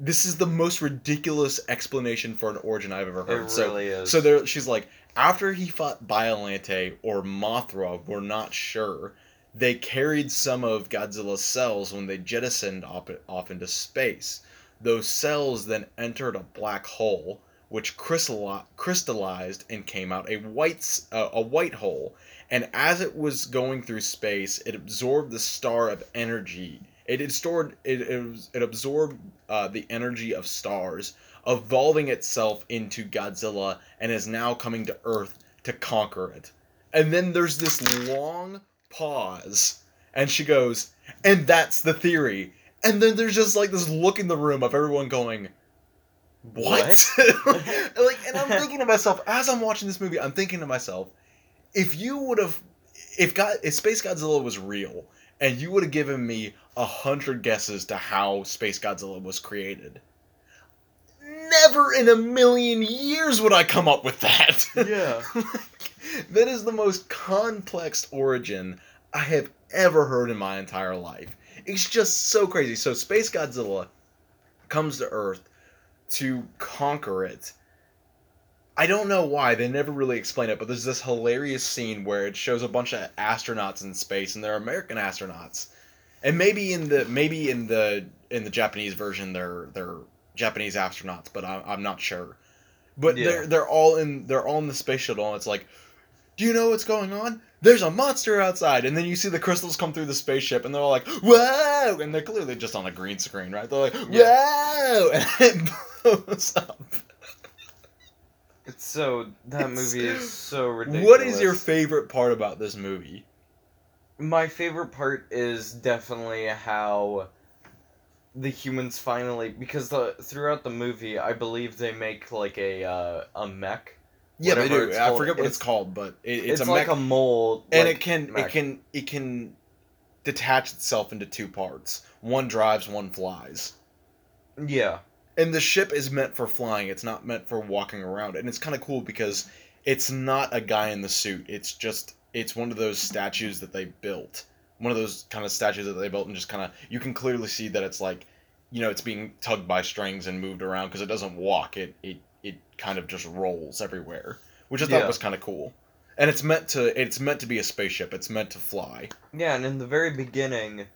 [SPEAKER 1] This is the most ridiculous explanation for an origin I've ever
[SPEAKER 3] it
[SPEAKER 1] heard.
[SPEAKER 3] really
[SPEAKER 1] so,
[SPEAKER 3] is.
[SPEAKER 1] so there, she's like, after he fought Biolante or Mothra, we're not sure. They carried some of Godzilla's cells when they jettisoned off, off into space. Those cells then entered a black hole, which crystalli- crystallized and came out a white s- uh, a white hole. And as it was going through space, it absorbed the star of energy It, it stored it it, was- it absorbed uh, the energy of stars, evolving itself into Godzilla, and is now coming to Earth to conquer it. And then there's this long pause, and she goes, "And that's the theory." And then there's just like this look in the room of everyone going, "What?" like, and I'm thinking to myself as I'm watching this movie, I'm thinking to myself, if you would have, if God, if Space Godzilla was real, and you would have given me a hundred guesses to how Space Godzilla was created. Never in a million years would I come up with that.
[SPEAKER 3] Yeah.
[SPEAKER 1] that is the most complex origin I have ever heard in my entire life. It's just so crazy. So Space Godzilla comes to Earth to conquer it. I don't know why they never really explain it, but there's this hilarious scene where it shows a bunch of astronauts in space, and they're American astronauts, and maybe in the maybe in the in the Japanese version they're they're Japanese astronauts, but I'm, I'm not sure. But
[SPEAKER 3] Yeah.
[SPEAKER 1] they're they're all in they're all in the space shuttle, and it's like, do you know what's going on? There's a monster outside, and then you see the crystals come through the spaceship, and they're all like, whoa! And they're clearly just on a green screen, right? They're like, whoa! And it blows up.
[SPEAKER 3] It's so that
[SPEAKER 1] It's-
[SPEAKER 3] movie is so ridiculous.
[SPEAKER 1] What is your favorite part about this movie?
[SPEAKER 3] My favorite part is definitely how the humans finally because the throughout the movie I believe they make like a uh, a mech.
[SPEAKER 1] Yeah, they
[SPEAKER 3] Whatever
[SPEAKER 1] do.
[SPEAKER 3] it's
[SPEAKER 1] I
[SPEAKER 3] called.
[SPEAKER 1] forget what it's,
[SPEAKER 3] It's-
[SPEAKER 1] called, but it,
[SPEAKER 3] It's,
[SPEAKER 1] it's, a
[SPEAKER 3] like
[SPEAKER 1] mech,
[SPEAKER 3] a mole,
[SPEAKER 1] and
[SPEAKER 3] like,
[SPEAKER 1] it can
[SPEAKER 3] mech.
[SPEAKER 1] it can it can detach itself into two parts. One drives, one flies.
[SPEAKER 3] yeah
[SPEAKER 1] And the ship is meant for flying. It's not meant for walking around. And it's kind of cool because it's not a guy in the suit. It's just it's one of those statues that they built. One of those kind of statues that they built and just kind of you can clearly see that it's like you know, it's being tugged by strings and moved around because it doesn't walk. It it it kind of just rolls everywhere, which I thought
[SPEAKER 3] Yeah.
[SPEAKER 1] was kind of cool. And it's meant to it's meant to be a spaceship. It's meant to fly.
[SPEAKER 3] yeah. And in the very beginning,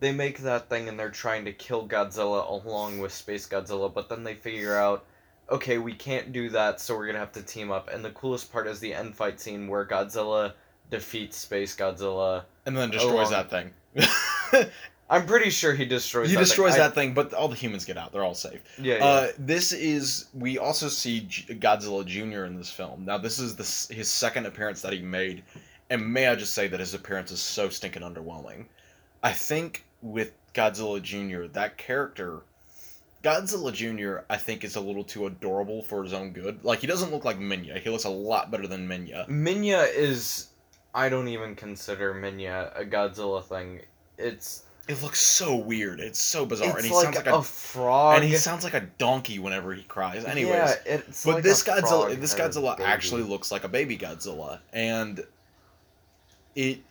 [SPEAKER 3] they make that thing and they're trying to kill Godzilla along with Space Godzilla, but then they figure out. Okay, we can't do that, so we're gonna have to team up. And the coolest part is the end fight scene where Godzilla defeats Space Godzilla.
[SPEAKER 1] And then destroys
[SPEAKER 3] Oh, wow.
[SPEAKER 1] that thing.
[SPEAKER 3] I'm pretty sure he destroys.
[SPEAKER 1] he
[SPEAKER 3] that
[SPEAKER 1] destroys
[SPEAKER 3] thing. I-
[SPEAKER 1] that thing, but all the humans get out. They're all safe.
[SPEAKER 3] Yeah, yeah.
[SPEAKER 1] Uh, this is we also see J- Godzilla Jr. in this film. Now this is the, s- his second appearance that he made, and may I just say that his appearance is so stinking underwhelming. I think with Godzilla Jr. that character, Godzilla Jr. I think is a little too adorable for his own good. Like he doesn't look like Minya. He looks a lot better than Minya.
[SPEAKER 3] Minya is. I don't even consider Minya a Godzilla thing. It's
[SPEAKER 1] It looks so weird. It's so bizarre, and
[SPEAKER 3] it's
[SPEAKER 1] he
[SPEAKER 3] like,
[SPEAKER 1] sounds like
[SPEAKER 3] a,
[SPEAKER 1] a
[SPEAKER 3] frog.
[SPEAKER 1] and he sounds like a donkey whenever he cries. Anyways.
[SPEAKER 3] yeah, it's
[SPEAKER 1] But
[SPEAKER 3] like
[SPEAKER 1] this
[SPEAKER 3] a
[SPEAKER 1] Godzilla,
[SPEAKER 3] frog
[SPEAKER 1] this
[SPEAKER 3] had a
[SPEAKER 1] Godzilla
[SPEAKER 3] baby.
[SPEAKER 1] actually looks like a baby Godzilla, and it.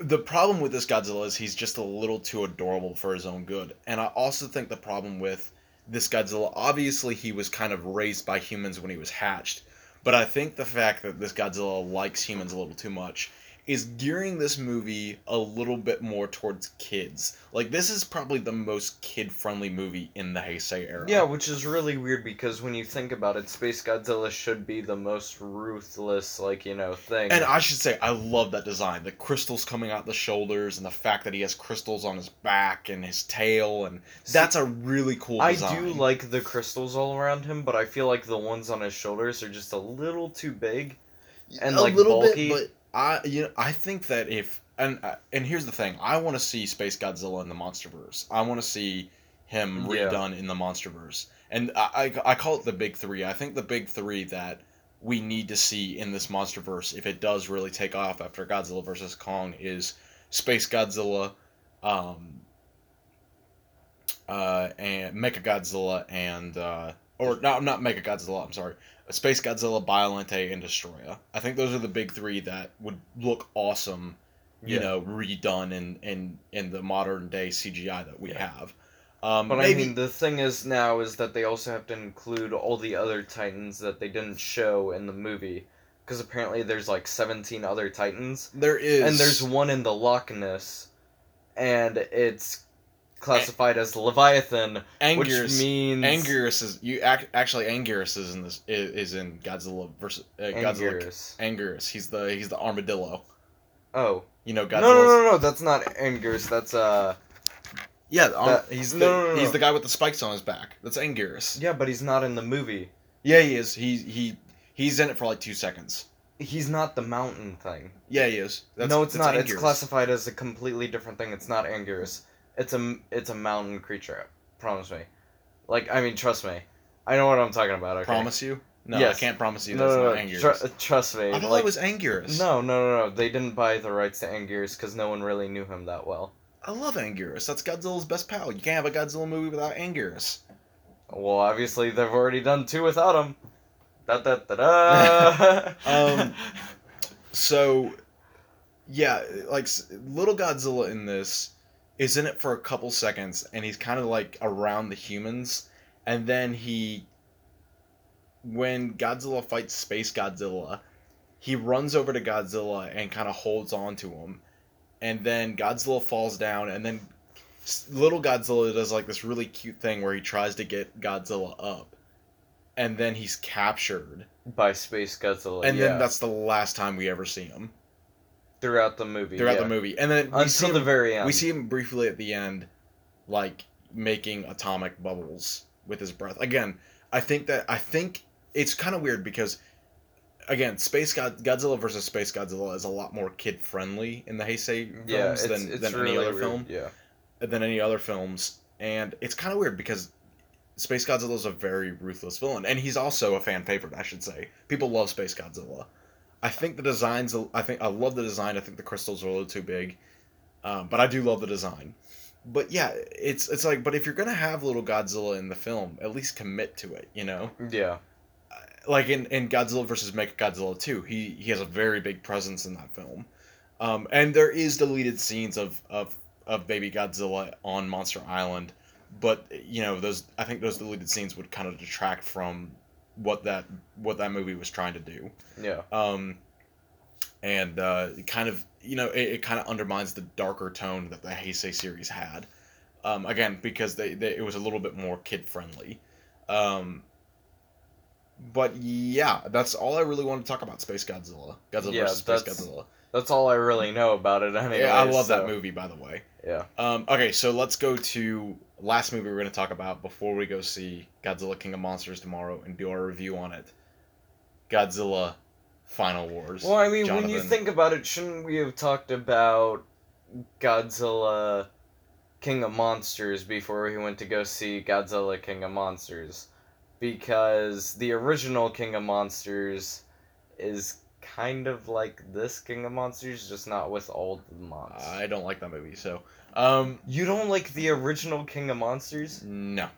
[SPEAKER 1] The problem with this Godzilla is he's just a little too adorable for his own good, and I also think the problem with this Godzilla, obviously, he was kind of raised by humans when he was hatched, but I think the fact that this Godzilla likes humans a little too much is gearing this movie a little bit more towards kids. Like this is probably the most kid-friendly movie in the Heisei era.
[SPEAKER 3] Yeah, which is really weird because when you think about it, Space Godzilla should be the most ruthless, like you know, thing.
[SPEAKER 1] And I should say, I love that design. The crystals coming out the shoulders, and the fact that he has crystals on his back and his tail, and
[SPEAKER 3] See,
[SPEAKER 1] that's a really cool
[SPEAKER 3] I
[SPEAKER 1] design.
[SPEAKER 3] do like the crystals all around him, but I feel like the ones on his shoulders are just a little too big. and, like, bulky.
[SPEAKER 1] bit, but I, you know, I think that if and uh, and here's the thing, I want to see Space Godzilla in the MonsterVerse. I want to see him
[SPEAKER 3] Yeah.
[SPEAKER 1] redone in the MonsterVerse, and I, I I call it the big three. I think the big three that we need to see in this MonsterVerse, if it does really take off after Godzilla versus Kong, is Space Godzilla, um, uh, and Mecha Godzilla and uh, or no, not Mecha Godzilla. I'm sorry, Space Godzilla, Biolante, and Destroya. I think those are the big three that would look awesome, you
[SPEAKER 3] Yeah.
[SPEAKER 1] know, redone in in in the modern day CGI that we
[SPEAKER 3] Yeah.
[SPEAKER 1] have. Um,
[SPEAKER 3] But
[SPEAKER 1] maybe
[SPEAKER 3] I mean, the thing is now is that they also have to include all the other Titans that they didn't show in the movie, because apparently there's like seventeen other Titans,
[SPEAKER 1] there is
[SPEAKER 3] and there's one in the Loch Ness, and it's classified as Leviathan, which
[SPEAKER 1] Anguirus.
[SPEAKER 3] means
[SPEAKER 1] Anguirus is you ac- actually Anguirus is in this is, is in Godzilla versus uh, Godzilla
[SPEAKER 3] Anguirus.
[SPEAKER 1] Anguirus. He's the he's the armadillo.
[SPEAKER 3] Oh.
[SPEAKER 1] You know, Godzilla's
[SPEAKER 3] No, no, no, no, that's not Angerus. That's uh.
[SPEAKER 1] Yeah, on,
[SPEAKER 3] That-
[SPEAKER 1] he's the,
[SPEAKER 3] no, no, no,
[SPEAKER 1] he's
[SPEAKER 3] no.
[SPEAKER 1] the guy with the spikes on his back. That's Anguirus.
[SPEAKER 3] Yeah, but he's not in the movie.
[SPEAKER 1] Yeah, he is. He he he's in it for like two seconds.
[SPEAKER 3] He's not the mountain thing.
[SPEAKER 1] Yeah, he is. That's,
[SPEAKER 3] no, it's
[SPEAKER 1] that's
[SPEAKER 3] not. It's
[SPEAKER 1] Anguirus.
[SPEAKER 3] classified as a completely different thing. It's not Anguirus. It's a it's a mountain creature. Promise me. Like I mean, trust me. I know what I'm talking about. Okay.
[SPEAKER 1] Promise you? No,
[SPEAKER 3] Yes.
[SPEAKER 1] I can't promise you.
[SPEAKER 3] No,
[SPEAKER 1] That's not
[SPEAKER 3] no, no.
[SPEAKER 1] Anguirus.
[SPEAKER 3] Tr- trust me.
[SPEAKER 1] I thought
[SPEAKER 3] like-
[SPEAKER 1] it was Anguirus.
[SPEAKER 3] No, no, no, no. They didn't buy the rights to Anguirus because no one really knew him that well.
[SPEAKER 1] I love Anguirus. That's Godzilla's best pal. You can't have a Godzilla movie without Anguirus.
[SPEAKER 3] Well, obviously they've already done two without him. Da da da da.
[SPEAKER 1] Um, So, yeah, like s- little Godzilla in this is in it for a couple seconds, and he's kind of like around the humans, and then he, when Godzilla fights Space Godzilla, he runs over to Godzilla and kind of holds on to him, and then Godzilla falls down, and then s- little Godzilla does like this really cute thing where he tries to get Godzilla up, and then he's captured,
[SPEAKER 3] By Space Godzilla.
[SPEAKER 1] and
[SPEAKER 3] yeah.
[SPEAKER 1] then that's the last time we ever see him
[SPEAKER 3] throughout the movie.
[SPEAKER 1] throughout
[SPEAKER 3] yeah.
[SPEAKER 1] the movie, and then we see,
[SPEAKER 3] Until the
[SPEAKER 1] him,
[SPEAKER 3] very end.
[SPEAKER 1] we see him briefly at the end, like making atomic bubbles with his breath. Again, I think that I think it's kind of weird because, again, Space God, Godzilla versus Space Godzilla is a lot more kid friendly in the Heisei films
[SPEAKER 3] yeah, it's,
[SPEAKER 1] than,
[SPEAKER 3] it's
[SPEAKER 1] than any
[SPEAKER 3] really
[SPEAKER 1] other
[SPEAKER 3] weird.
[SPEAKER 1] film
[SPEAKER 3] Yeah.
[SPEAKER 1] than any other films, and it's kind of weird because. Space Godzilla is a very ruthless villain, and he's also a fan favorite, I should say. People love Space Godzilla. I think the designs. I think I love the design. I think the crystals are a little too big, um, but I do love the design. But yeah, it's it's like, but if you're gonna have little Godzilla in the film, at least commit to it, you know.
[SPEAKER 3] Yeah.
[SPEAKER 1] Like in, in Godzilla versus Mechagodzilla two, he he has a very big presence in that film, um, and there is deleted scenes of of of baby Godzilla on Monster Island, but you know those I think those deleted scenes would kind of detract from what that what that movie was trying to do
[SPEAKER 3] Yeah.
[SPEAKER 1] um, and uh, it kind of you know it, it kind of undermines the darker tone that the Heisei series had. Um, again, because they, they it was a little bit more kid friendly. Um, but yeah, that's all I really want to talk about Space Godzilla. Godzilla
[SPEAKER 3] Yeah,
[SPEAKER 1] versus Space
[SPEAKER 3] that's-
[SPEAKER 1] Godzilla.
[SPEAKER 3] That's all I really know about it. Anyway,
[SPEAKER 1] yeah, I love
[SPEAKER 3] so-
[SPEAKER 1] that movie by the way.
[SPEAKER 3] Yeah.
[SPEAKER 1] Um, okay, so let's go to last movie we're going to talk about before we go see Godzilla King of Monsters tomorrow and do our review on it. Godzilla Final Wars.
[SPEAKER 3] Well, I mean, when you
[SPEAKER 1] Jonathan.
[SPEAKER 3] think about it, shouldn't we have talked about Godzilla King of Monsters before we went to go see Godzilla King of Monsters? Because the original King of Monsters is kind of like this King of Monsters, just not with all the monsters.
[SPEAKER 1] I don't like that movie, so um
[SPEAKER 3] You don't like the original King of Monsters?
[SPEAKER 1] no,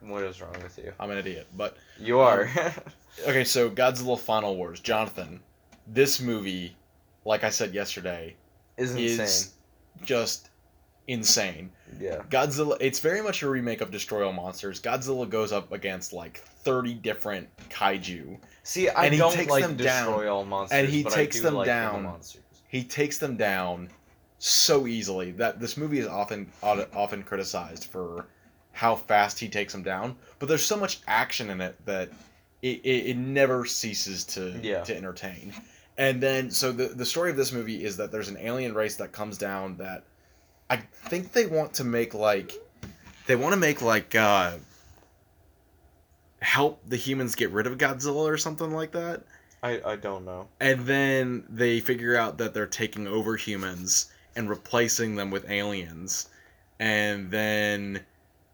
[SPEAKER 3] What is wrong with you?
[SPEAKER 1] I'm an idiot. But
[SPEAKER 3] You are.
[SPEAKER 1] okay, so Godzilla Final Wars, Jonathan, this movie, like I said yesterday,
[SPEAKER 3] is
[SPEAKER 1] is
[SPEAKER 3] insane.
[SPEAKER 1] just insane.
[SPEAKER 3] Yeah.
[SPEAKER 1] Godzilla it's very much a remake of Destroy All Monsters. Godzilla goes up against like 30 different kaiju.
[SPEAKER 3] See, I
[SPEAKER 1] And he
[SPEAKER 3] don't
[SPEAKER 1] takes
[SPEAKER 3] like
[SPEAKER 1] them down.
[SPEAKER 3] destroy all monsters,
[SPEAKER 1] he
[SPEAKER 3] but
[SPEAKER 1] takes
[SPEAKER 3] I do
[SPEAKER 1] them
[SPEAKER 3] like King of
[SPEAKER 1] down.
[SPEAKER 3] Monsters.
[SPEAKER 1] He takes them down so easily that this movie is often o- often criticized for how fast he takes them down, but there's so much action in it that it, it, it never ceases to
[SPEAKER 3] Yeah.
[SPEAKER 1] to entertain. And then so the the story of this movie is that there's an alien race that comes down that I think they want to make like they want to make like uh help the humans get rid of Godzilla or something like that
[SPEAKER 3] I, I don't know.
[SPEAKER 1] and then they figure out that they're taking over humans and replacing them with aliens and then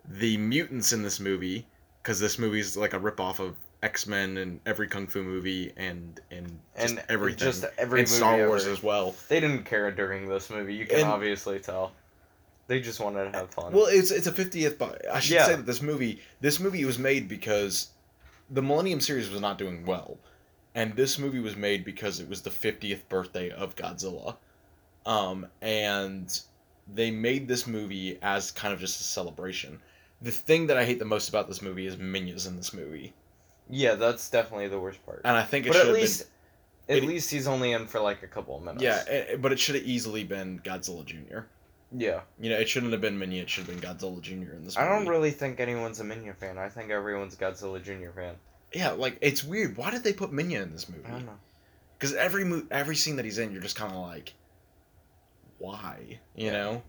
[SPEAKER 1] the mutants in this movie because this movie is like a ripoff of x-men and every kung fu movie and and just
[SPEAKER 3] and
[SPEAKER 1] everything
[SPEAKER 3] Just every
[SPEAKER 1] and
[SPEAKER 3] movie
[SPEAKER 1] star wars
[SPEAKER 3] ever.
[SPEAKER 1] as well
[SPEAKER 3] They didn't care during this movie. You can
[SPEAKER 1] And- Uh,
[SPEAKER 3] obviously tell. They just wanted to have fun.
[SPEAKER 1] well it's it's a 50th bu- i should
[SPEAKER 3] Yeah.
[SPEAKER 1] say that this movie this movie was made because the millennium series was not doing well and this movie was made because it was the 50th birthday of godzilla um, and they made this movie as kind of just a celebration the thing that i hate the most about this movie is minyas in this movie
[SPEAKER 3] yeah, that's definitely the worst part.
[SPEAKER 1] and i think it
[SPEAKER 3] But at
[SPEAKER 1] should have
[SPEAKER 3] least, at
[SPEAKER 1] it-
[SPEAKER 3] least he's only in for like a couple of
[SPEAKER 1] been
[SPEAKER 3] minutes.
[SPEAKER 1] yeah eh, eh, but it should have easily been godzilla jr
[SPEAKER 3] yeah.
[SPEAKER 1] you know it shouldn't have been minya it should have been godzilla jr in this
[SPEAKER 3] I
[SPEAKER 1] movie
[SPEAKER 3] don't really think anyone's a Minya fan. I think everyone's Godzilla Junior fan.
[SPEAKER 1] yeah like it's weird why did they put minya in this movie
[SPEAKER 3] I don't know.
[SPEAKER 1] Because every mo- every scene that he's in, you're just kind of like, why, you know?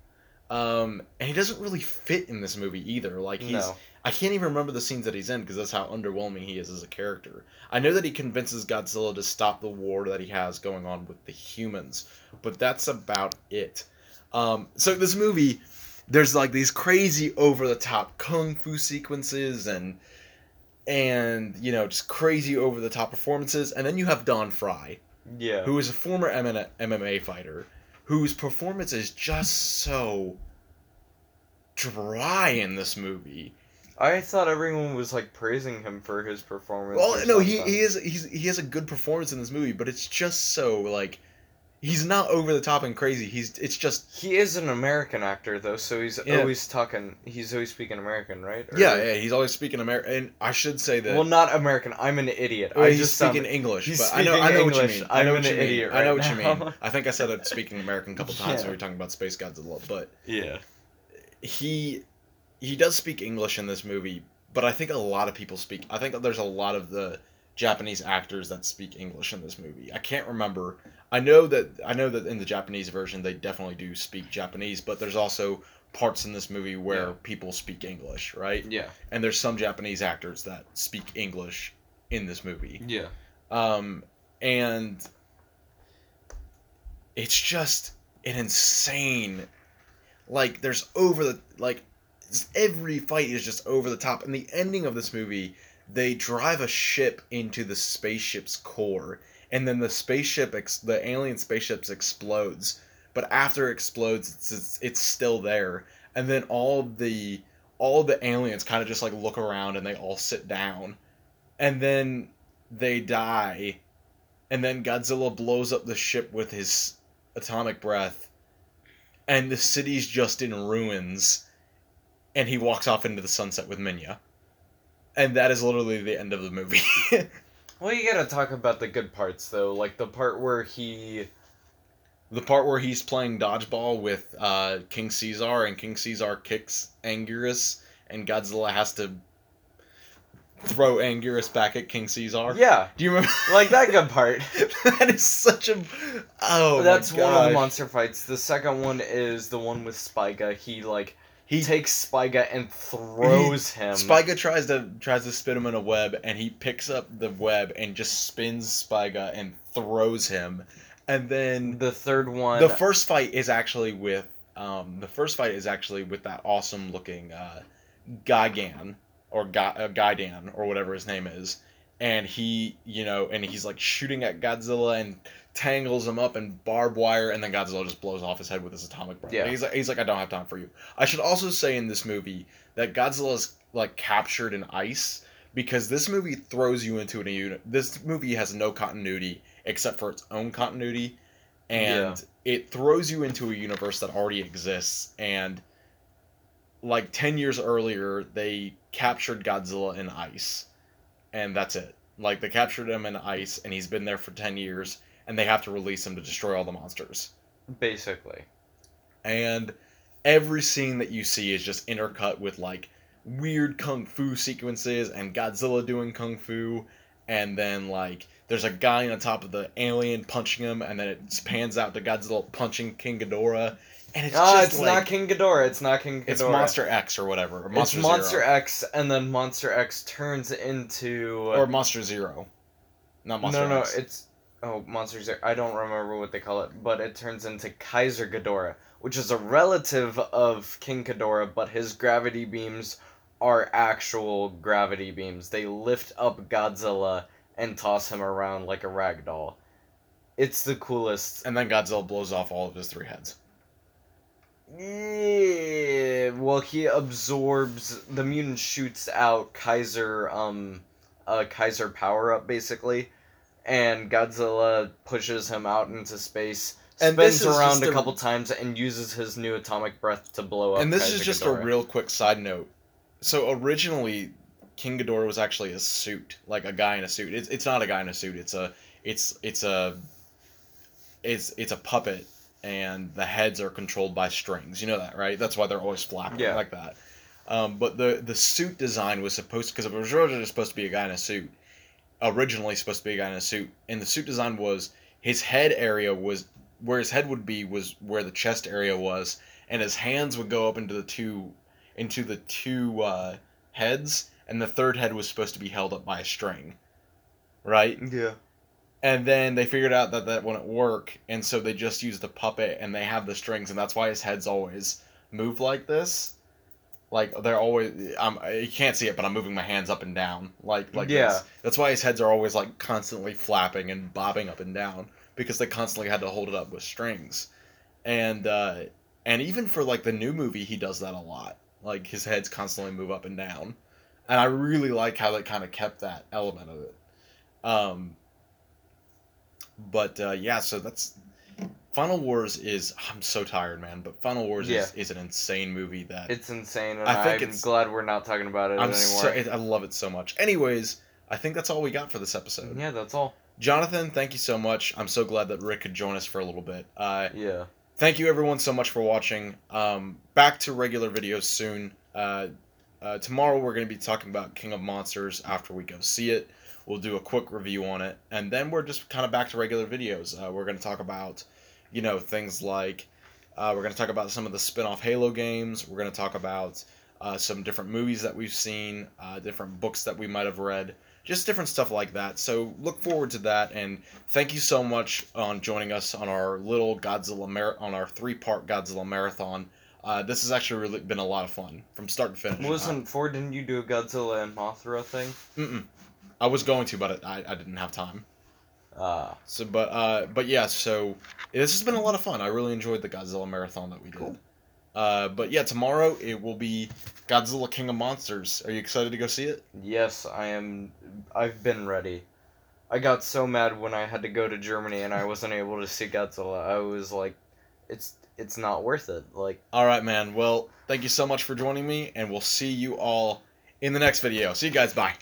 [SPEAKER 1] Um, and he doesn't really fit in this movie either. Like he's
[SPEAKER 3] no.
[SPEAKER 1] I can't even remember the scenes that he's in because that's how underwhelming he is as a character. I know that he convinces Godzilla to stop the war that he has going on with the humans, but that's about it. Um, so this movie, there's like these crazy over the top kung fu sequences and and you know just crazy over the top performances, and then you have Don Fry,
[SPEAKER 3] Yeah.
[SPEAKER 1] who is a former MN- MMA fighter, whose performance is just so dry in this movie.
[SPEAKER 3] I thought everyone was like praising him for his performance.
[SPEAKER 1] Well,
[SPEAKER 3] or
[SPEAKER 1] no, he,
[SPEAKER 3] something.
[SPEAKER 1] he is he's, he has a good performance in this movie, but it's just so like he's not over the top and crazy. He's it's just
[SPEAKER 3] He is an American actor though, so he's
[SPEAKER 1] Yeah.
[SPEAKER 3] always talking. He's always speaking American, right? Or-
[SPEAKER 1] yeah, yeah. He's always speaking American, and I should say that
[SPEAKER 3] Well, not American. I'm an idiot.
[SPEAKER 1] well,
[SPEAKER 3] I
[SPEAKER 1] he's
[SPEAKER 3] just sound-
[SPEAKER 1] speaking English.
[SPEAKER 3] he's
[SPEAKER 1] but I know I know
[SPEAKER 3] speaking
[SPEAKER 1] what you
[SPEAKER 3] English.
[SPEAKER 1] mean. I know
[SPEAKER 3] I'm
[SPEAKER 1] what
[SPEAKER 3] an
[SPEAKER 1] you mean.
[SPEAKER 3] idiot
[SPEAKER 1] I know
[SPEAKER 3] right
[SPEAKER 1] what you mean.
[SPEAKER 3] now.
[SPEAKER 1] I think I said it speaking American a couple times
[SPEAKER 3] Yeah.
[SPEAKER 1] when we were talking about Space Godzilla, but
[SPEAKER 3] Yeah.
[SPEAKER 1] he he does speak English in this movie, but I think a lot of people speak. I think there's a lot of the Japanese actors that speak English in this movie. I can't remember. I know that I know that in the Japanese version they definitely do speak Japanese, but there's also parts in this movie where
[SPEAKER 3] Yeah.
[SPEAKER 1] people speak English, right?
[SPEAKER 3] Yeah.
[SPEAKER 1] And there's some Japanese actors that speak English in this movie
[SPEAKER 3] Yeah.
[SPEAKER 1] um, and it's just an insane like there's over the like s- every fight is just over the top and the ending of this movie they drive a ship into the spaceship's core and then the spaceship ex- the alien spaceship explodes but after it explodes it's, it's it's still there and then all the all the aliens kind of just like look around and they all sit down and then they die, and then Godzilla blows up the ship with his atomic breath, and the city's just in ruins, and he walks off into the sunset with Minya. And that is literally the end of the movie.
[SPEAKER 3] Well, you gotta talk about the good parts though, like the part where he.
[SPEAKER 1] the part where he's playing dodgeball with uh, King Caesar, and King Caesar kicks Anguirus, and Godzilla has to throw Anguirus back at King Caesar.
[SPEAKER 3] Yeah,
[SPEAKER 1] Do you remember?
[SPEAKER 3] like that good part.
[SPEAKER 1] that is such a. Oh, my
[SPEAKER 3] That's one of the
[SPEAKER 1] gosh.
[SPEAKER 3] monster fights. The second one is the one with Spiga. He like he
[SPEAKER 1] He
[SPEAKER 3] takes Spiga and throws him.
[SPEAKER 1] Spiga tries to tries to spin him in a web, and he picks up the web and just spins Spiga and throws him. And then
[SPEAKER 3] The third one.
[SPEAKER 1] the first fight is actually with um, the first fight is actually with that awesome looking uh, Gigan or Ga- uh, Gaidan or whatever his name is, and he you know and he's like shooting at Godzilla and tangles him up in barbed wire, and then Godzilla just blows off his head with his atomic breath.
[SPEAKER 3] Yeah.
[SPEAKER 1] And He's like he's like I don't have time for you. I should also say in this movie that Godzilla's like captured in ice because this movie throws you into a unit. This movie has no continuity except for its own continuity, and it throws you into a universe that already exists. And like ten years earlier, they captured Godzilla in ice, and that's it. Like they captured him in ice, and he's been there for ten years, and they have to release him to destroy all the monsters
[SPEAKER 3] basically.
[SPEAKER 1] and every scene that you see is just intercut with like weird kung fu sequences and Godzilla doing kung fu, and then like there's a guy on top of the alien punching him, and then it pans out to Godzilla punching King Ghidorah, and it's
[SPEAKER 3] Ah,
[SPEAKER 1] just
[SPEAKER 3] it's
[SPEAKER 1] like
[SPEAKER 3] not King Ghidorah. It's not King Ghidorah.
[SPEAKER 1] it's Monster X or whatever, or Monster
[SPEAKER 3] it's Monster
[SPEAKER 1] Zero,
[SPEAKER 3] X, and then Monster X turns into.
[SPEAKER 1] or Monster Zero, not Monster
[SPEAKER 3] no, no,
[SPEAKER 1] X.
[SPEAKER 3] it's oh Monster Zero. I don't remember what they call it, but it turns into Kaiser Ghidorah, which is a relative of King Ghidorah, but his gravity beams are actual gravity beams. They lift up Godzilla and toss him around like a rag doll. It's the coolest.
[SPEAKER 1] and then Godzilla blows off all of his three heads.
[SPEAKER 3] Yeah, well, he absorbs the mutant shoots out Kaiser um a Kaiser power up basically, and Godzilla pushes him out into space,
[SPEAKER 1] And this
[SPEAKER 3] spins
[SPEAKER 1] is
[SPEAKER 3] around
[SPEAKER 1] just
[SPEAKER 3] a
[SPEAKER 1] a-
[SPEAKER 3] couple times, and uses his new atomic breath to blow up.
[SPEAKER 1] and this is
[SPEAKER 3] Kaiser
[SPEAKER 1] just
[SPEAKER 3] Ghidorah.
[SPEAKER 1] a real quick side note. So originally, King Ghidorah was actually a suit, like a guy in a suit. It's, it's not a guy in a suit. It's a it's it's a it's it's a puppet, and the heads are controlled by strings. You know that, right? That's why they're always flapping
[SPEAKER 3] Yeah.
[SPEAKER 1] like that. Um, but the the suit design was supposed because it was originally supposed to be a guy in a suit, originally supposed to be a guy in a suit, and the suit design was his head area was where his head would be was where the chest area was, and his hands would go up into the two into the two uh, heads, and the third head was supposed to be held up by a string, right?
[SPEAKER 3] Yeah.
[SPEAKER 1] And then they figured out that that wouldn't work, and so they just used the puppet, and they have the strings, and that's why his heads always move like this. Like they're always, I'm you can't see it, but I'm moving my hands up and down, like like
[SPEAKER 3] Yeah.
[SPEAKER 1] this. That's why his heads are always like constantly flapping and bobbing up and down because they constantly had to hold it up with strings, and uh, and even for like the new movie, he does that a lot. Like his heads constantly move up and down, and I really like how they kind of kept that element of it. Um, but uh, yeah, so that's Final Wars is I'm so tired, man. But Final Wars
[SPEAKER 3] Yeah.
[SPEAKER 1] is, is an insane movie that
[SPEAKER 3] It's insane, and
[SPEAKER 1] I
[SPEAKER 3] I
[SPEAKER 1] think
[SPEAKER 3] am
[SPEAKER 1] it's-
[SPEAKER 3] glad we're not talking about it
[SPEAKER 1] I'm
[SPEAKER 3] anymore.
[SPEAKER 1] so, I love it so much. Anyways, I think that's all we got for this episode.
[SPEAKER 3] yeah, that's all.
[SPEAKER 1] Jonathan, thank you so much. I'm so glad that Rick could join us for a little bit. Uh,
[SPEAKER 3] Yeah.
[SPEAKER 1] thank you everyone so much for watching um, back to regular videos soon uh, uh, tomorrow we're going to be talking about king of monsters after we go see it we'll do a quick review on it and then we're just kind of back to regular videos uh, we're going to talk about you know things like uh, we're going to talk about some of the spin-off halo games we're going to talk about uh, some different movies that we've seen uh, different books that we might have read just different stuff like that so look forward to that and thank you so much on joining us on our little Godzilla mar- on our three part Godzilla marathon. Uh, this has actually really been a lot of fun from start to finish.
[SPEAKER 3] Listen, Ford, didn't you do a Godzilla and Mothra thing?
[SPEAKER 1] I, mm-mm. I was going to, but I, I didn't have time.
[SPEAKER 3] Ah.
[SPEAKER 1] So, but uh, but yeah, so this has been a lot of fun. I really enjoyed the Godzilla marathon that we did.
[SPEAKER 4] Cool.
[SPEAKER 1] Uh, but yeah, tomorrow it will be Godzilla King of Monsters. Are you excited to go see it?
[SPEAKER 3] Yes, I am. I've been ready. I got so mad when I had to go to Germany and I wasn't able to see Godzilla. I was like, it's it's not worth it. Like,
[SPEAKER 1] All right, man. Well, thank you so much for joining me, and we'll see you all in the next video. See you guys. Bye.